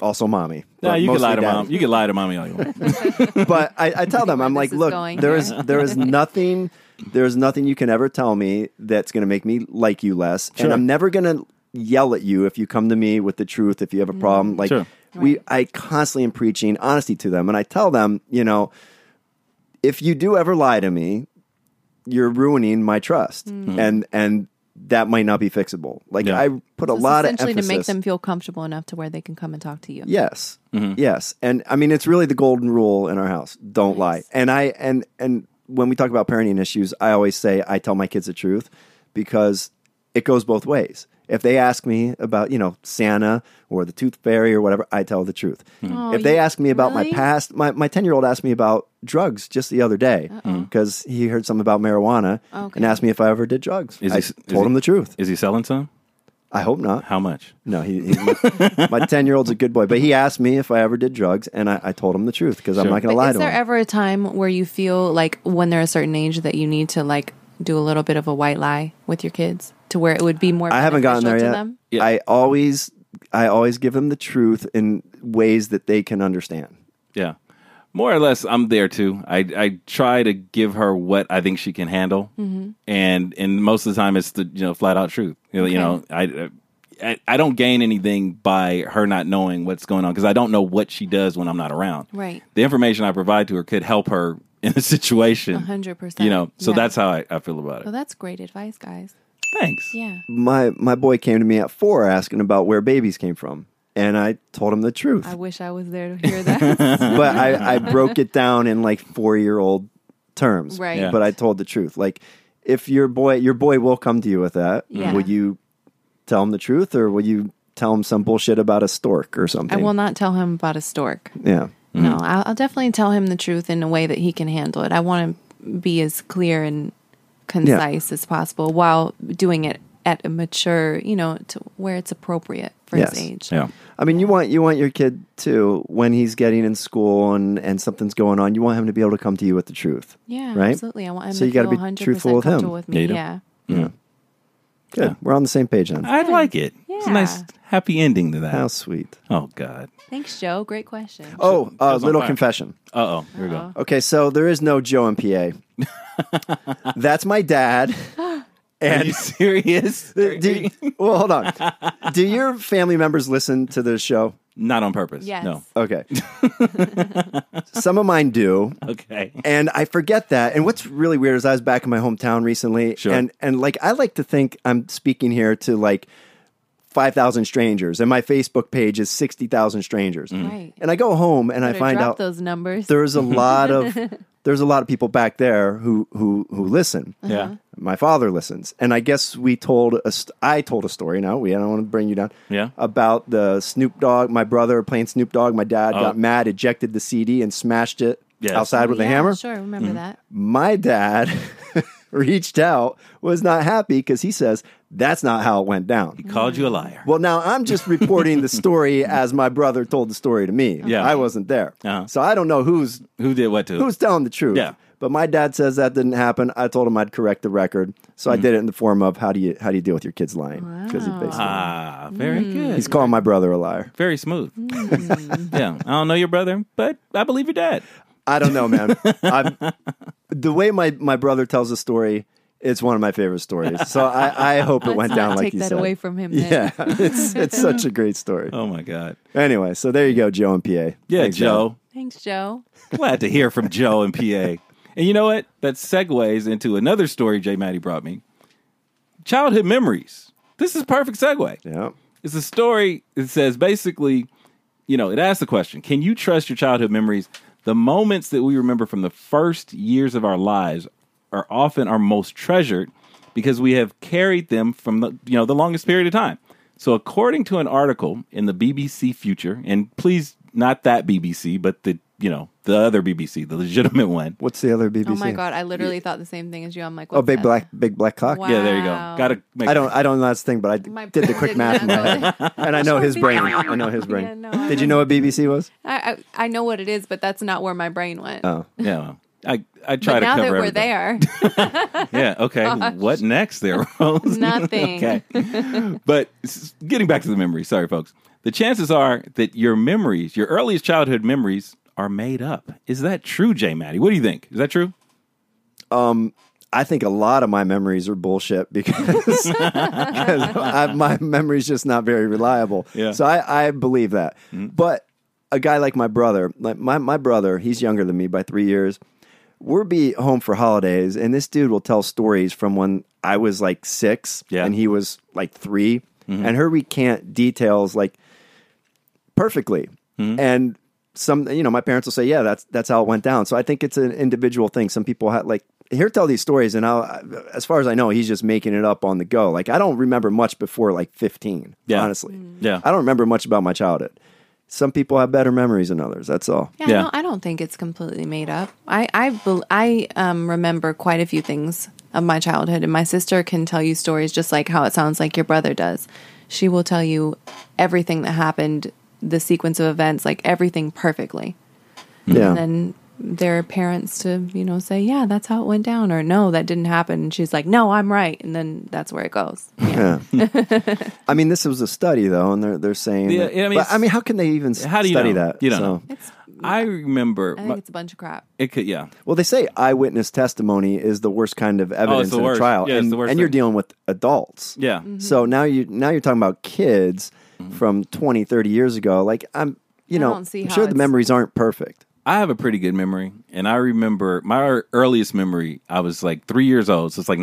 Speaker 4: Also, mommy.
Speaker 1: No,
Speaker 4: but
Speaker 1: you can
Speaker 4: mostly
Speaker 1: lie to
Speaker 4: daddy.
Speaker 1: mom. You can lie to mommy all you want.
Speaker 4: *laughs* But I, I tell them, I'm
Speaker 3: Where
Speaker 4: like,
Speaker 3: this is
Speaker 4: look,
Speaker 3: going,
Speaker 4: there
Speaker 3: yeah."
Speaker 4: is there is nothing, there is nothing you can ever tell me that's going to make me like you less,
Speaker 1: Sure.
Speaker 4: and I'm never going to yell at you if you come to me with the truth. If you have a
Speaker 3: Mm.
Speaker 4: problem, like
Speaker 1: Sure.
Speaker 4: we, I constantly am preaching honesty to them, and I tell them, you know, if you do ever lie to me, you're ruining my trust,
Speaker 3: Mm.
Speaker 4: and and that might not be fixable. Like
Speaker 1: Yeah.
Speaker 4: I put a
Speaker 3: It's
Speaker 4: lot of
Speaker 3: essentially
Speaker 4: emphasis
Speaker 3: to make them feel comfortable enough to where they can come and talk to you.
Speaker 4: Yes.
Speaker 1: Mm-hmm.
Speaker 4: Yes. And I mean it's really the golden rule in our house. Don't lie.
Speaker 3: Nice.
Speaker 4: And I and and when we talk about parenting issues, I always say I tell my kids the truth because it goes both ways. If they ask me about, you know, Santa or the tooth fairy or whatever, I tell the truth.
Speaker 1: Mm-hmm.
Speaker 4: if they
Speaker 3: Oh, you-
Speaker 4: ask me about
Speaker 3: really?
Speaker 4: my past, my my 10-year-old asked me about drugs just the other day because he heard something about marijuana and
Speaker 3: Mm-hmm. Okay.
Speaker 4: asked me if I ever did drugs.
Speaker 1: Is
Speaker 4: I
Speaker 1: he-
Speaker 4: told
Speaker 1: is he-
Speaker 4: him the truth.
Speaker 1: Is he selling some?
Speaker 4: I hope not.
Speaker 1: How much?
Speaker 4: No, he, he
Speaker 1: *laughs*
Speaker 4: my ten year old's a good boy, but he asked me if I ever did drugs, and I, I told him the truth because I'm
Speaker 1: Sure.
Speaker 4: not going to
Speaker 3: But
Speaker 4: lie
Speaker 3: is
Speaker 4: to
Speaker 3: there
Speaker 4: him.
Speaker 3: ever a time where you feel like when they're a certain age that you need to like do a little bit of a white lie with your kids to where it would be more?
Speaker 4: I haven't gotten there
Speaker 3: beneficial
Speaker 4: yet.
Speaker 3: to them?
Speaker 1: Yeah.
Speaker 4: I always I always give them the truth in ways that they can understand.
Speaker 1: Yeah. More or less, I'm there too. I, I try to give her what I think she can handle,
Speaker 3: Mm-hmm.
Speaker 1: and and most of the time it's the you know flat out truth. You know, you know, I, I I don't gain anything by her not knowing what's going on because I don't know what she does when I'm not around.
Speaker 3: Right.
Speaker 1: The information I provide to her could help her *laughs* in a situation.
Speaker 3: 100%.
Speaker 1: You know, so
Speaker 3: Yeah.
Speaker 1: that's how I, I feel about it.
Speaker 3: Well, that's great advice, guys.
Speaker 1: Thanks.
Speaker 3: Yeah.
Speaker 4: My my boy came to me at four asking about where babies came from, and I told him the truth.
Speaker 3: I wish I was there to hear that.
Speaker 4: but I, I broke it down in like four year old terms.
Speaker 3: Right. Yeah.
Speaker 4: But I told the truth. Like if your boy your boy will come to you with that,
Speaker 3: Yeah.
Speaker 4: will you tell him the truth or will you tell him some bullshit about a stork
Speaker 3: *laughs*
Speaker 4: or
Speaker 3: I
Speaker 4: something?
Speaker 3: will not tell him about a stork.
Speaker 4: Yeah.
Speaker 3: No, I'll, I'll definitely tell him the truth in a way that he can handle it. I want to be as clear and concise as possible while doing it at a mature, you know, to where it's appropriate for
Speaker 4: Yes.
Speaker 3: his age.
Speaker 1: Yeah.
Speaker 4: I mean you want you want your kid to when he's getting in school and, and something's going on, you want him to be able to come to you with the truth.
Speaker 3: Yeah,
Speaker 4: Right?
Speaker 3: absolutely. I want him
Speaker 4: So
Speaker 3: to
Speaker 4: you gotta
Speaker 3: feel
Speaker 4: be
Speaker 3: 100%
Speaker 4: truthful with him.
Speaker 3: comfortable with
Speaker 1: Yeah,
Speaker 3: me.
Speaker 1: you do.
Speaker 3: Yeah.
Speaker 4: Good. We're on the same page then.
Speaker 1: I'd like it. It's a
Speaker 3: Yeah.
Speaker 1: nice happy ending to that.
Speaker 4: How sweet.
Speaker 1: Oh God.
Speaker 3: Thanks, Joe. Great question.
Speaker 4: Oh, uh,
Speaker 1: was on
Speaker 4: little
Speaker 1: fire.
Speaker 4: confession.
Speaker 1: Uh oh. Here we go.
Speaker 4: Okay, so there is no Joe MPA. That's my dad.
Speaker 1: Are you serious?
Speaker 4: Do, well, hold on. Do your family members listen to the show?
Speaker 1: Not on purpose.
Speaker 3: Yes.
Speaker 1: No.
Speaker 4: Okay. Some of mine do.
Speaker 1: *laughs* Okay.
Speaker 4: And I forget that. And what's really weird is I was back in my hometown recently
Speaker 1: Sure.
Speaker 4: and and like I like to think I'm speaking here to like 5,000 strangers and my Facebook page is 60,000 strangers.
Speaker 3: Right.
Speaker 4: And I go home and I
Speaker 3: Better
Speaker 4: find
Speaker 3: drop
Speaker 4: out
Speaker 3: those numbers.
Speaker 4: there's a
Speaker 3: *laughs*
Speaker 4: lot of there's a lot of people back there who who
Speaker 3: Uh-huh.
Speaker 4: who listen.
Speaker 1: Yeah.
Speaker 4: my father listens and i guess we told a st- i told a story now we i don't want to bring you down
Speaker 1: Yeah.
Speaker 4: about the snoop dogg my brother playing snoop dogg my dad
Speaker 1: Oh.
Speaker 4: got mad ejected the cd and smashed it
Speaker 1: Yes.
Speaker 4: outside with a
Speaker 3: Yeah,
Speaker 4: hammer Mm-hmm.
Speaker 3: Sure, remember that.
Speaker 4: my dad *laughs* reached out was not happy because he says that's not how it went down
Speaker 1: Called you a liar.
Speaker 4: well, now I'm just reporting the
Speaker 1: *laughs*
Speaker 4: story as my brother told the story to me.
Speaker 1: Yeah.
Speaker 4: I wasn't there.
Speaker 1: Uh-huh.
Speaker 4: So I don't know who's
Speaker 1: Who did what to?
Speaker 4: who's telling the truth.
Speaker 1: Yeah.
Speaker 4: But my dad says that didn't happen. I told him I'd correct the record, so
Speaker 1: Mm.
Speaker 4: I did it in the form of how do you how do you deal with your kids lying? Because he basically
Speaker 1: ah, very good.
Speaker 4: he's calling my brother a liar.
Speaker 1: Mm. *laughs* very smooth. yeah, I don't know your brother, but I believe your dad.
Speaker 4: I don't know,
Speaker 1: *laughs*
Speaker 4: man. I'm, the way my, my brother tells the story, it's one of my favorite stories. So I, I hope it
Speaker 3: Let's
Speaker 4: went
Speaker 3: not
Speaker 4: down like
Speaker 3: take
Speaker 4: you
Speaker 3: that
Speaker 4: said.
Speaker 3: away from him. Then.
Speaker 4: yeah, *laughs* it's it's such a great
Speaker 1: *laughs*
Speaker 4: story.
Speaker 1: Oh my god.
Speaker 4: Anyway, so there you go, Joe and PA.
Speaker 1: Yeah,
Speaker 4: Thanks,
Speaker 1: Joe.
Speaker 3: Thanks, Joe.
Speaker 1: Glad to hear from Joe and PA. And you know what? That segues into another story J. Maddie brought me. Childhood memories. This is a perfect segue.
Speaker 4: Yeah.
Speaker 1: It's a story that says basically, you know, it asks the question Can you trust your childhood memories? The moments that we remember from the first years of our lives are often our most treasured because we have carried them from the you know the longest period of time. So according to an article in the BBC Future, and please not that BBC, but the you know, the other BBC, the legitimate one.
Speaker 4: What's the other BBC?
Speaker 3: Oh my god, I literally thought the same thing as you. I'm like,
Speaker 4: Oh,
Speaker 3: what's
Speaker 4: big
Speaker 3: that?
Speaker 4: black, big black cock.
Speaker 3: Wow.
Speaker 1: Yeah, there you go.
Speaker 3: Wow.
Speaker 1: Gotta make
Speaker 4: I don't, I don't know this thing, but I
Speaker 3: My
Speaker 4: did the
Speaker 3: brain
Speaker 4: quick
Speaker 3: did
Speaker 4: math in my
Speaker 3: not go
Speaker 4: head, and I know his brain. I know his brain.
Speaker 3: *laughs* Yeah, no, I
Speaker 4: did you know what BBC was?
Speaker 3: I, I I know what it is, but that's not where my brain went.
Speaker 4: Oh,
Speaker 1: Yeah. well, I I try
Speaker 3: but
Speaker 1: to
Speaker 3: now
Speaker 1: cover
Speaker 3: that we're
Speaker 1: everything. *laughs*
Speaker 3: there,
Speaker 1: Yeah.
Speaker 3: *laughs*
Speaker 1: Okay.
Speaker 3: Oh,
Speaker 1: What next, there, Rose?
Speaker 3: Nothing.
Speaker 1: okay. *laughs* But s- getting back to the memories, sorry, folks. The chances are that your memories, your earliest childhood memories, are made up. Is that true, J. Maddie? What do you think? Is that true?
Speaker 4: I think a lot of my memories are bullshit because, *laughs* because I, my memory's just not very reliable.
Speaker 1: Yeah. Mm-hmm.
Speaker 4: So I, I believe that. But a guy like my brother, like my, my brother, he's younger than me by three years. We'll be home for holidays, and this dude will tell stories from when I was like six
Speaker 1: Yeah. Mm-hmm.
Speaker 4: and he was like 3 and her recant details like perfectly.
Speaker 1: Hmm.
Speaker 4: And some, you know, my parents will say, "Yeah, that's that's how it went down." So I think it's an individual thing. Some people have like here tell these stories, and I'll, as far as I know, he's just making it up on the go. Like I don't remember much before like fifteen.
Speaker 1: Yeah. Hmm.
Speaker 4: honestly,
Speaker 1: Yeah.
Speaker 4: I don't remember much about my childhood. Some people have better memories than others. That's all.
Speaker 3: yeah,
Speaker 1: Yeah.
Speaker 3: No, I don't think it's completely made up. I I bel I um, remember quite a few things of my childhood, and my sister can tell you stories just like how it sounds like your brother does. She will tell you everything that happened, the sequence of events, like everything perfectly.
Speaker 1: Hmm.
Speaker 4: Yeah,
Speaker 3: and then their parents to you know say yeah that's how it went down or no that didn't happen and she's like no i'm right and then that's where
Speaker 1: *laughs*
Speaker 3: it goes yeah,
Speaker 4: I mean, this was a study though, and they're they're saying,
Speaker 1: Yeah,
Speaker 4: that-
Speaker 1: I mean,
Speaker 4: but, I mean, how can they even s-
Speaker 1: How do you
Speaker 4: study
Speaker 1: know?
Speaker 4: that?
Speaker 1: You don't
Speaker 4: So-
Speaker 1: know.
Speaker 3: it's
Speaker 1: I remember.
Speaker 3: i think it's a bunch of crap
Speaker 1: it could. Yeah.
Speaker 4: Well, they say eyewitness testimony is the worst kind of evidence
Speaker 1: Oh, the
Speaker 4: in
Speaker 1: worst.
Speaker 4: a trial,
Speaker 1: Yeah, it's
Speaker 4: and,
Speaker 1: the worst
Speaker 4: and you're
Speaker 1: thing.
Speaker 4: dealing with adults.
Speaker 1: Yeah.
Speaker 3: Mm-hmm.
Speaker 1: Mm-hmm.
Speaker 4: So now you now you're talking about kids from 20, 30 years ago. Like I'm, you
Speaker 3: I
Speaker 4: know,
Speaker 3: don't see
Speaker 4: I'm
Speaker 3: how
Speaker 4: sure the
Speaker 3: it's-
Speaker 4: memories aren't perfect.
Speaker 1: I have a pretty good memory, and I remember my earliest memory. I was like three years old, so it's like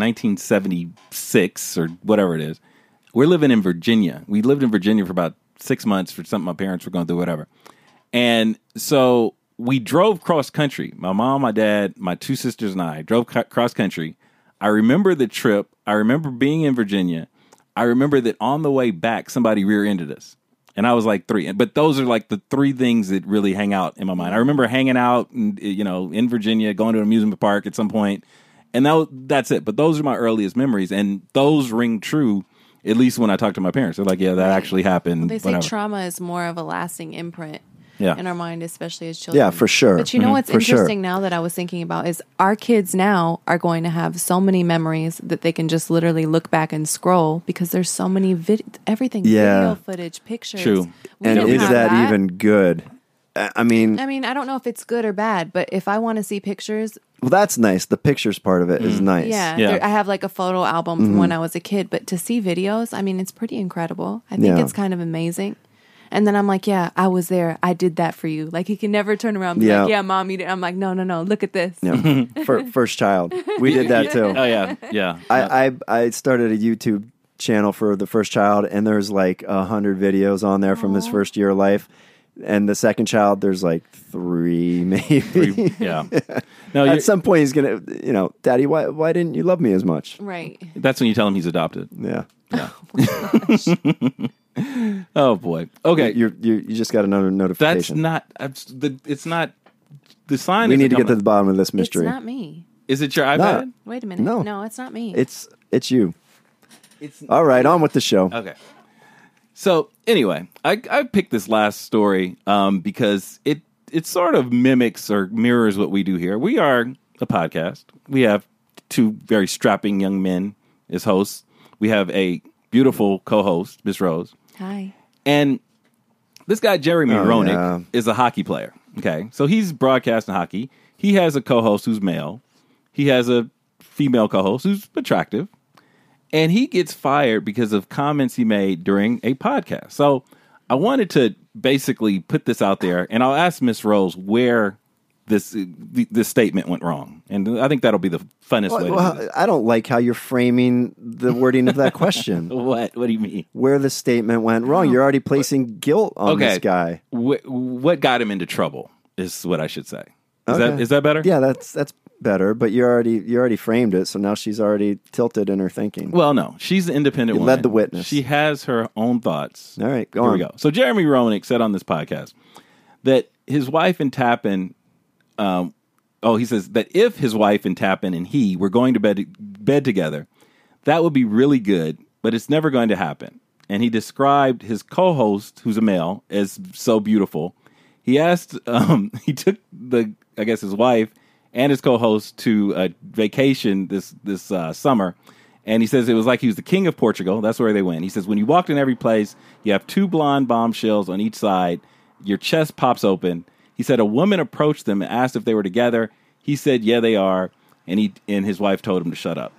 Speaker 1: 1976 or whatever it is. We're living in Virginia. We lived in Virginia for about six months for something my parents were going through, whatever. And so we drove cross country. My mom, my dad, my two sisters, and I drove cu- cross country. I remember the trip. I remember being in Virginia. I remember that on the way back, somebody rear ended us. And I was like three. But those are like the three things that really hang out in my mind. I remember hanging out, and, you know, in Virginia, going to an amusement park at some point, and that, was- that's it. But those are my earliest memories, and those ring true. At least when I talk to my parents, they're like, "Yeah, that actually happened."
Speaker 3: they say
Speaker 1: whatever.
Speaker 3: trauma is more of a lasting imprint
Speaker 1: Yeah.
Speaker 3: in our mind especially as children
Speaker 4: Yeah, for sure. Mm-hmm.
Speaker 3: but you know what's
Speaker 4: For sure.
Speaker 3: interesting now that i was thinking about is our kids now are going to have so many memories that they can just literally look back and scroll because there's so many vid- everything
Speaker 4: Yeah.
Speaker 3: video footage pictures
Speaker 1: True.
Speaker 3: We
Speaker 4: and
Speaker 3: didn't
Speaker 4: is
Speaker 3: have
Speaker 4: that, even good? I I mean,
Speaker 3: I mean, I don't know if it's good or bad, but if I want to see pictures,
Speaker 4: well, that's nice. The pictures part of it is
Speaker 1: Mm.
Speaker 4: nice.
Speaker 3: yeah,
Speaker 1: Yeah.
Speaker 3: there- I have like a photo album from when I
Speaker 4: Mm-hmm.
Speaker 3: was a kid, but to see videos, I mean, it's pretty incredible. I think
Speaker 4: Yeah.
Speaker 3: it's kind of amazing. And then I'm like, yeah, I was there. I did that for you. Like, he can never turn around and be
Speaker 4: Yeah.
Speaker 3: like, yeah, mom, you did. I'm like, no, no, no, look at this.
Speaker 4: Yeah.
Speaker 1: *laughs*
Speaker 4: Fir- first child, we did
Speaker 3: *laughs*
Speaker 4: that too.
Speaker 1: Oh yeah, *laughs* yeah.
Speaker 4: I, I I started a YouTube channel for the first child, and there's like a hundred videos on there from his first year of life. And the second child, there's like three, *laughs* maybe.
Speaker 1: yeah. No, you're-
Speaker 4: At some point, he's gonna, you know, Daddy, why why didn't you love me as much?
Speaker 3: Right.
Speaker 1: that's when you tell him he's
Speaker 4: *laughs*
Speaker 1: adopted.
Speaker 4: Yeah.
Speaker 1: Oh boy. Okay,
Speaker 4: You you you just got another
Speaker 1: that's
Speaker 4: notification.
Speaker 1: not. abs- the- It's not. The sign.
Speaker 4: we
Speaker 1: isn't
Speaker 4: need to get to
Speaker 1: coming.
Speaker 4: the bottom of this mystery.
Speaker 3: It's not me.
Speaker 1: Is it your iPad?
Speaker 4: No.
Speaker 3: Wait a minute.
Speaker 4: No.
Speaker 3: No, it's not me.
Speaker 4: It's it's you.
Speaker 1: It's
Speaker 4: All right, on with the show.
Speaker 1: okay. So anyway, I I picked this last story um, because it it sort of mimics or mirrors what we do here. We are a podcast. We have two very strapping young men as hosts. We have a beautiful co-host, Miss Rose,
Speaker 3: Hi.
Speaker 1: and this guy Jeremy Roenick
Speaker 4: yeah.
Speaker 1: is a hockey player. Okay. So he's broadcasting hockey. He has a co host who's male. He has a female co host who's attractive. And he gets fired because of comments he made during a podcast. So I wanted to basically put this out there and I'll ask Miss Rose where this this statement went wrong. And I think that'll be the funnest way to do this.
Speaker 4: Well, I don't like how you're framing the wording of
Speaker 1: *laughs*
Speaker 4: that question.
Speaker 1: What? What do you mean?
Speaker 4: Where the statement went wrong, you're already placing guilt on this guy.
Speaker 1: Wh- what got him into trouble is what I should say. Is that
Speaker 4: Okay.
Speaker 1: is that better?
Speaker 4: Yeah, that's that's better. But you already you already framed it, so now she's already tilted in her thinking.
Speaker 1: Well, no, she's an independent.
Speaker 4: You
Speaker 1: woman.
Speaker 4: led the witness.
Speaker 1: She has her own thoughts.
Speaker 4: All right, go
Speaker 1: Here
Speaker 4: on.
Speaker 1: we go. So Jeremy Roenick said on this podcast that his wife and Tappan, um, oh, he says that if his wife and Tappan and he were going to bed bed together, that would be really good, but it's never going to happen. And he described his co-host, who's a male, as so beautiful. He asked, *laughs* um, he took the, I guess, his wife and his co-host to a vacation this this uh, summer, and he says it was like he was the king of Portugal. That's where they went. He says when you walked in every place, you have two blonde bombshells on each side. Your chest pops open. He said a woman approached them and asked if they were together. He said, "Yeah, they are," and he and his wife told him to shut up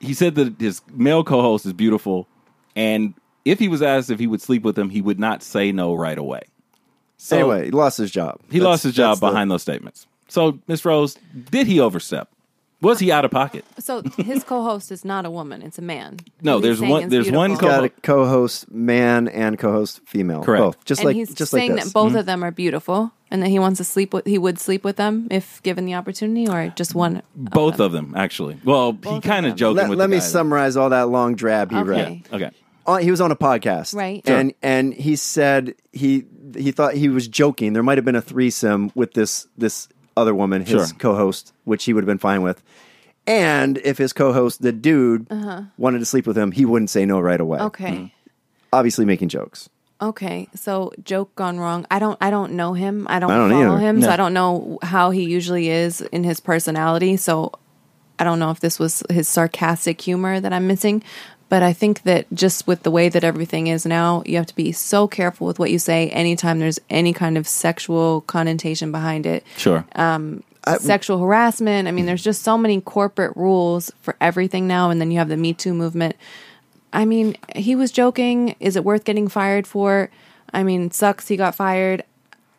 Speaker 1: he said that his male co-host is beautiful, and if he was asked if he would sleep with him, he would not say no right away. So
Speaker 4: anyway, he lost his job.
Speaker 1: he lost his job behind those statements. So, Miss Rose, did he overstep? Was he out of pocket?
Speaker 4: *laughs*
Speaker 3: So his co-host is not a woman; it's a man.
Speaker 1: No,
Speaker 3: He's
Speaker 1: there's
Speaker 3: saying
Speaker 1: one-
Speaker 3: it's
Speaker 1: there's one
Speaker 4: the,
Speaker 3: beautiful.
Speaker 4: got a co-host man and co-host female.
Speaker 1: Correct.
Speaker 4: Both. Just
Speaker 3: and
Speaker 4: like
Speaker 3: he's
Speaker 4: just like
Speaker 3: saying
Speaker 4: this. Mm-hmm.
Speaker 3: that both of them are beautiful, and that he wants to sleep with. He would sleep with them if given the opportunity, or just one.
Speaker 1: Both of them, actually. Well, he
Speaker 3: of
Speaker 1: kind of
Speaker 3: them.
Speaker 1: joking
Speaker 4: let
Speaker 1: with.
Speaker 4: let
Speaker 1: the
Speaker 4: me
Speaker 1: guy.
Speaker 4: summarize all that long drab he read.
Speaker 3: Okay.
Speaker 1: Okay.
Speaker 4: on, Uh, he was on a podcast,
Speaker 3: Right. Sure.
Speaker 4: And and he said he he thought he was joking. There might have been a threesome with this this other woman, his
Speaker 1: Sure.
Speaker 4: co-host, which he would have been fine with. And if his co-host, the dude, wanted to sleep with him, he wouldn't say no right away.
Speaker 3: Uh-huh. Okay.
Speaker 4: obviously making jokes.
Speaker 3: Okay, so joke gone wrong. I don't I don't know him. I don't,
Speaker 4: I don't
Speaker 3: follow
Speaker 4: either.
Speaker 3: him, so
Speaker 1: No.
Speaker 3: I don't know how he usually is in his personality. So I don't know if this was his sarcastic humor that I'm missing, but I think that just with the way that everything is now, you have to be so careful with what you say anytime there's any kind of sexual connotation behind it.
Speaker 1: Sure.
Speaker 3: Uh,
Speaker 1: Uh,
Speaker 3: Sexual harassment. I mean, there's just so many corporate rules for everything now and then you have the Me Too movement. I mean, he was joking. Is it worth getting fired for? I mean, sucks he got fired.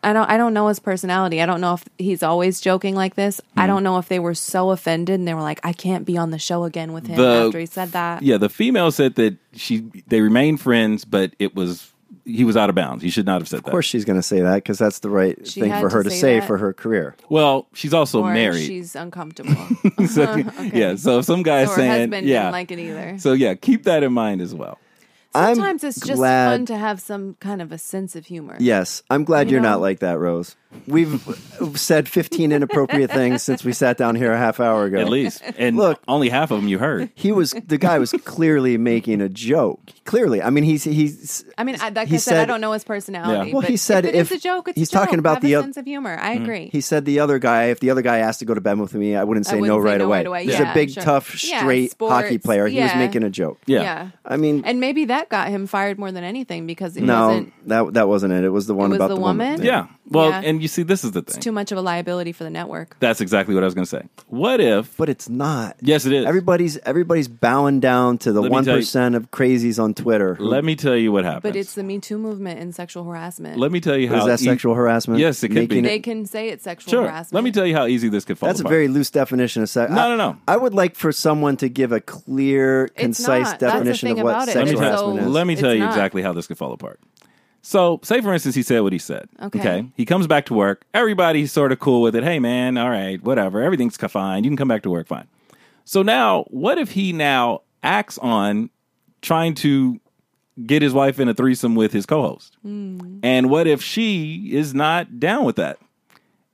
Speaker 3: I don't I don't know his personality. I don't know if he's always joking like this. I don't know if they were so offended and they were like, I can't be on the show again with him
Speaker 1: The-
Speaker 3: after he said that.
Speaker 1: yeah, the female said that she they remained friends, but it was he was out of bounds. He should not have said that.
Speaker 4: Of course, she's going to say that because that's the right
Speaker 3: She
Speaker 4: thing
Speaker 3: had
Speaker 4: for
Speaker 3: to
Speaker 4: her to
Speaker 3: say
Speaker 4: say
Speaker 3: that.
Speaker 4: for her career.
Speaker 1: Well, she's also
Speaker 3: Or
Speaker 1: married. *laughs*
Speaker 3: she's uncomfortable. *laughs*
Speaker 1: So, Yeah. So if some
Speaker 3: or her
Speaker 1: guy's saying,
Speaker 3: husband
Speaker 1: yeah.
Speaker 3: didn't like it either.
Speaker 1: So yeah, keep that in mind as well.
Speaker 4: I'm
Speaker 3: Sometimes it's just
Speaker 4: glad-
Speaker 3: fun to have some kind of a sense of humor.
Speaker 4: Yes, I'm glad
Speaker 3: You
Speaker 4: you are
Speaker 3: know?
Speaker 4: not like that, Rose. We've said 15 inappropriate things since we sat down here a half hour ago.
Speaker 1: At least, and
Speaker 4: Look.
Speaker 1: only half of them you heard.
Speaker 4: he was the guy was clearly making a joke. Clearly, I mean, he's he's.
Speaker 3: I mean, I, like
Speaker 4: He
Speaker 3: I said, I
Speaker 4: said-
Speaker 3: don't know his personality.
Speaker 1: Yeah. Mm.
Speaker 4: Well,
Speaker 3: but
Speaker 4: he said
Speaker 3: if, it is
Speaker 4: if-
Speaker 3: a joke, it's
Speaker 4: he's
Speaker 3: a joke.
Speaker 4: talking about
Speaker 3: Have
Speaker 4: the
Speaker 3: a
Speaker 4: oth-
Speaker 3: sense of humor. I agree.
Speaker 4: He said the other guy. If the other guy asked to go to bed with me, I wouldn't
Speaker 3: I
Speaker 4: say,
Speaker 3: wouldn't
Speaker 4: no,
Speaker 3: say
Speaker 4: right
Speaker 3: no
Speaker 4: away.
Speaker 3: right away.
Speaker 4: He's
Speaker 3: Yeah,
Speaker 4: a big,
Speaker 3: sure.
Speaker 4: tough,
Speaker 3: Yeah,
Speaker 4: straight hockey
Speaker 3: sports.
Speaker 4: player. He was
Speaker 3: Yeah.
Speaker 4: making a joke.
Speaker 1: Yeah.
Speaker 4: I mean,
Speaker 3: and maybe that got him fired more than anything because he
Speaker 4: no,
Speaker 3: wasn't
Speaker 4: that that wasn't it. It was the one
Speaker 3: was
Speaker 4: about
Speaker 3: the woman?
Speaker 4: thing.
Speaker 1: Yeah. Well,
Speaker 3: Yeah.
Speaker 1: and you see, this is the thing.
Speaker 3: too much of a liability for the network.
Speaker 1: That's exactly what I was going to say. What if?
Speaker 4: but it's not.
Speaker 1: Yes, it is.
Speaker 4: Everybody's everybody's bowing down to the
Speaker 1: Let me
Speaker 4: one
Speaker 1: tell you-
Speaker 4: percent of crazies on Twitter. who-
Speaker 1: let me tell you what happens.
Speaker 3: But it's the Me Too movement and sexual harassment.
Speaker 1: let me tell you how
Speaker 4: is that
Speaker 1: e-
Speaker 4: sexual harassment?
Speaker 1: Yes, it could
Speaker 4: Making
Speaker 1: be.
Speaker 3: they can say it's sexual
Speaker 1: Sure.
Speaker 3: harassment.
Speaker 1: Let me tell you how easy this could fall.
Speaker 4: That's a
Speaker 1: apart.
Speaker 4: very loose definition of sex.
Speaker 1: No,
Speaker 4: I-
Speaker 1: no, no.
Speaker 4: I would like for someone to give a clear, concise
Speaker 3: not. That's the
Speaker 4: definition
Speaker 3: thing
Speaker 4: of what
Speaker 3: about it.
Speaker 1: Let me,
Speaker 4: sexual
Speaker 3: It's
Speaker 1: tell,
Speaker 3: so-
Speaker 4: harassment is.
Speaker 1: let me
Speaker 3: it's
Speaker 1: tell you
Speaker 3: not.
Speaker 1: exactly how this could fall apart. So, say for instance, he said what he said.
Speaker 3: Okay.
Speaker 1: He comes back to work. Everybody's sort of cool with it. Hey, man, all right, whatever. Everything's ca- fine. You can come back to work fine. So, now what if he now acts on trying to get his wife in a threesome with his co host?
Speaker 3: Hmm.
Speaker 1: And what if she is not down with that?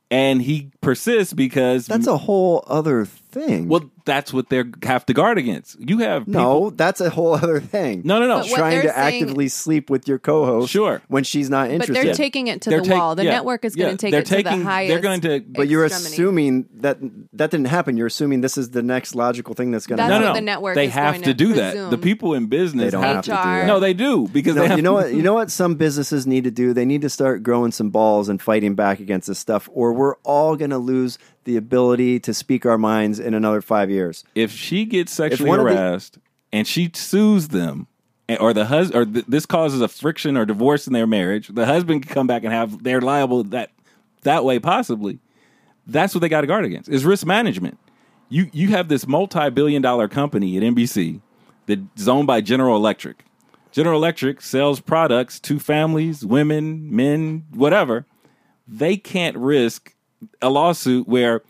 Speaker 1: And he persists because
Speaker 4: That's a whole other thing.
Speaker 1: Well, that's what they have to guard against. You have people,
Speaker 4: no, that's a whole other thing.
Speaker 1: no, no, no.
Speaker 3: But what
Speaker 4: trying
Speaker 3: they're
Speaker 4: to
Speaker 3: saying-
Speaker 4: actively sleep with your co-host,
Speaker 1: Sure.
Speaker 4: when she's not
Speaker 3: But
Speaker 4: interested.
Speaker 3: they're taking it to the
Speaker 1: take-
Speaker 3: wall. The
Speaker 1: yeah,
Speaker 3: network is
Speaker 1: yeah,
Speaker 3: going to take
Speaker 1: they're
Speaker 3: it
Speaker 1: taking,
Speaker 3: to the highest.
Speaker 1: They're going to.
Speaker 4: but you're
Speaker 3: extremity.
Speaker 4: assuming that that didn't happen. You're assuming this is the next logical thing that's going to
Speaker 3: That's
Speaker 1: no,
Speaker 4: happen.
Speaker 1: no,
Speaker 3: what
Speaker 1: no.
Speaker 3: the network
Speaker 1: they
Speaker 3: is
Speaker 1: have
Speaker 3: going
Speaker 1: to
Speaker 3: to
Speaker 1: do that.
Speaker 3: presume.
Speaker 1: The people in business
Speaker 4: They don't
Speaker 1: have
Speaker 4: have to do
Speaker 3: HR.
Speaker 4: that.
Speaker 1: No, they do because
Speaker 4: No,
Speaker 1: they have
Speaker 4: you know what? You know what? Some businesses need to do. They need to start growing some balls and fighting back against this stuff, or we're all going to lose the ability to speak our minds in another five years.
Speaker 1: if she gets sexually
Speaker 4: one of the-
Speaker 1: harassed and she sues them and- or the husband or th- this causes a friction or divorce in their marriage the husband can come back and have they're liable that that way possibly that's what they got to guard against is risk management you you have this multi-billion dollar company at nbc that's owned by general electric general electric sells products to families women men whatever they can't risk a lawsuit where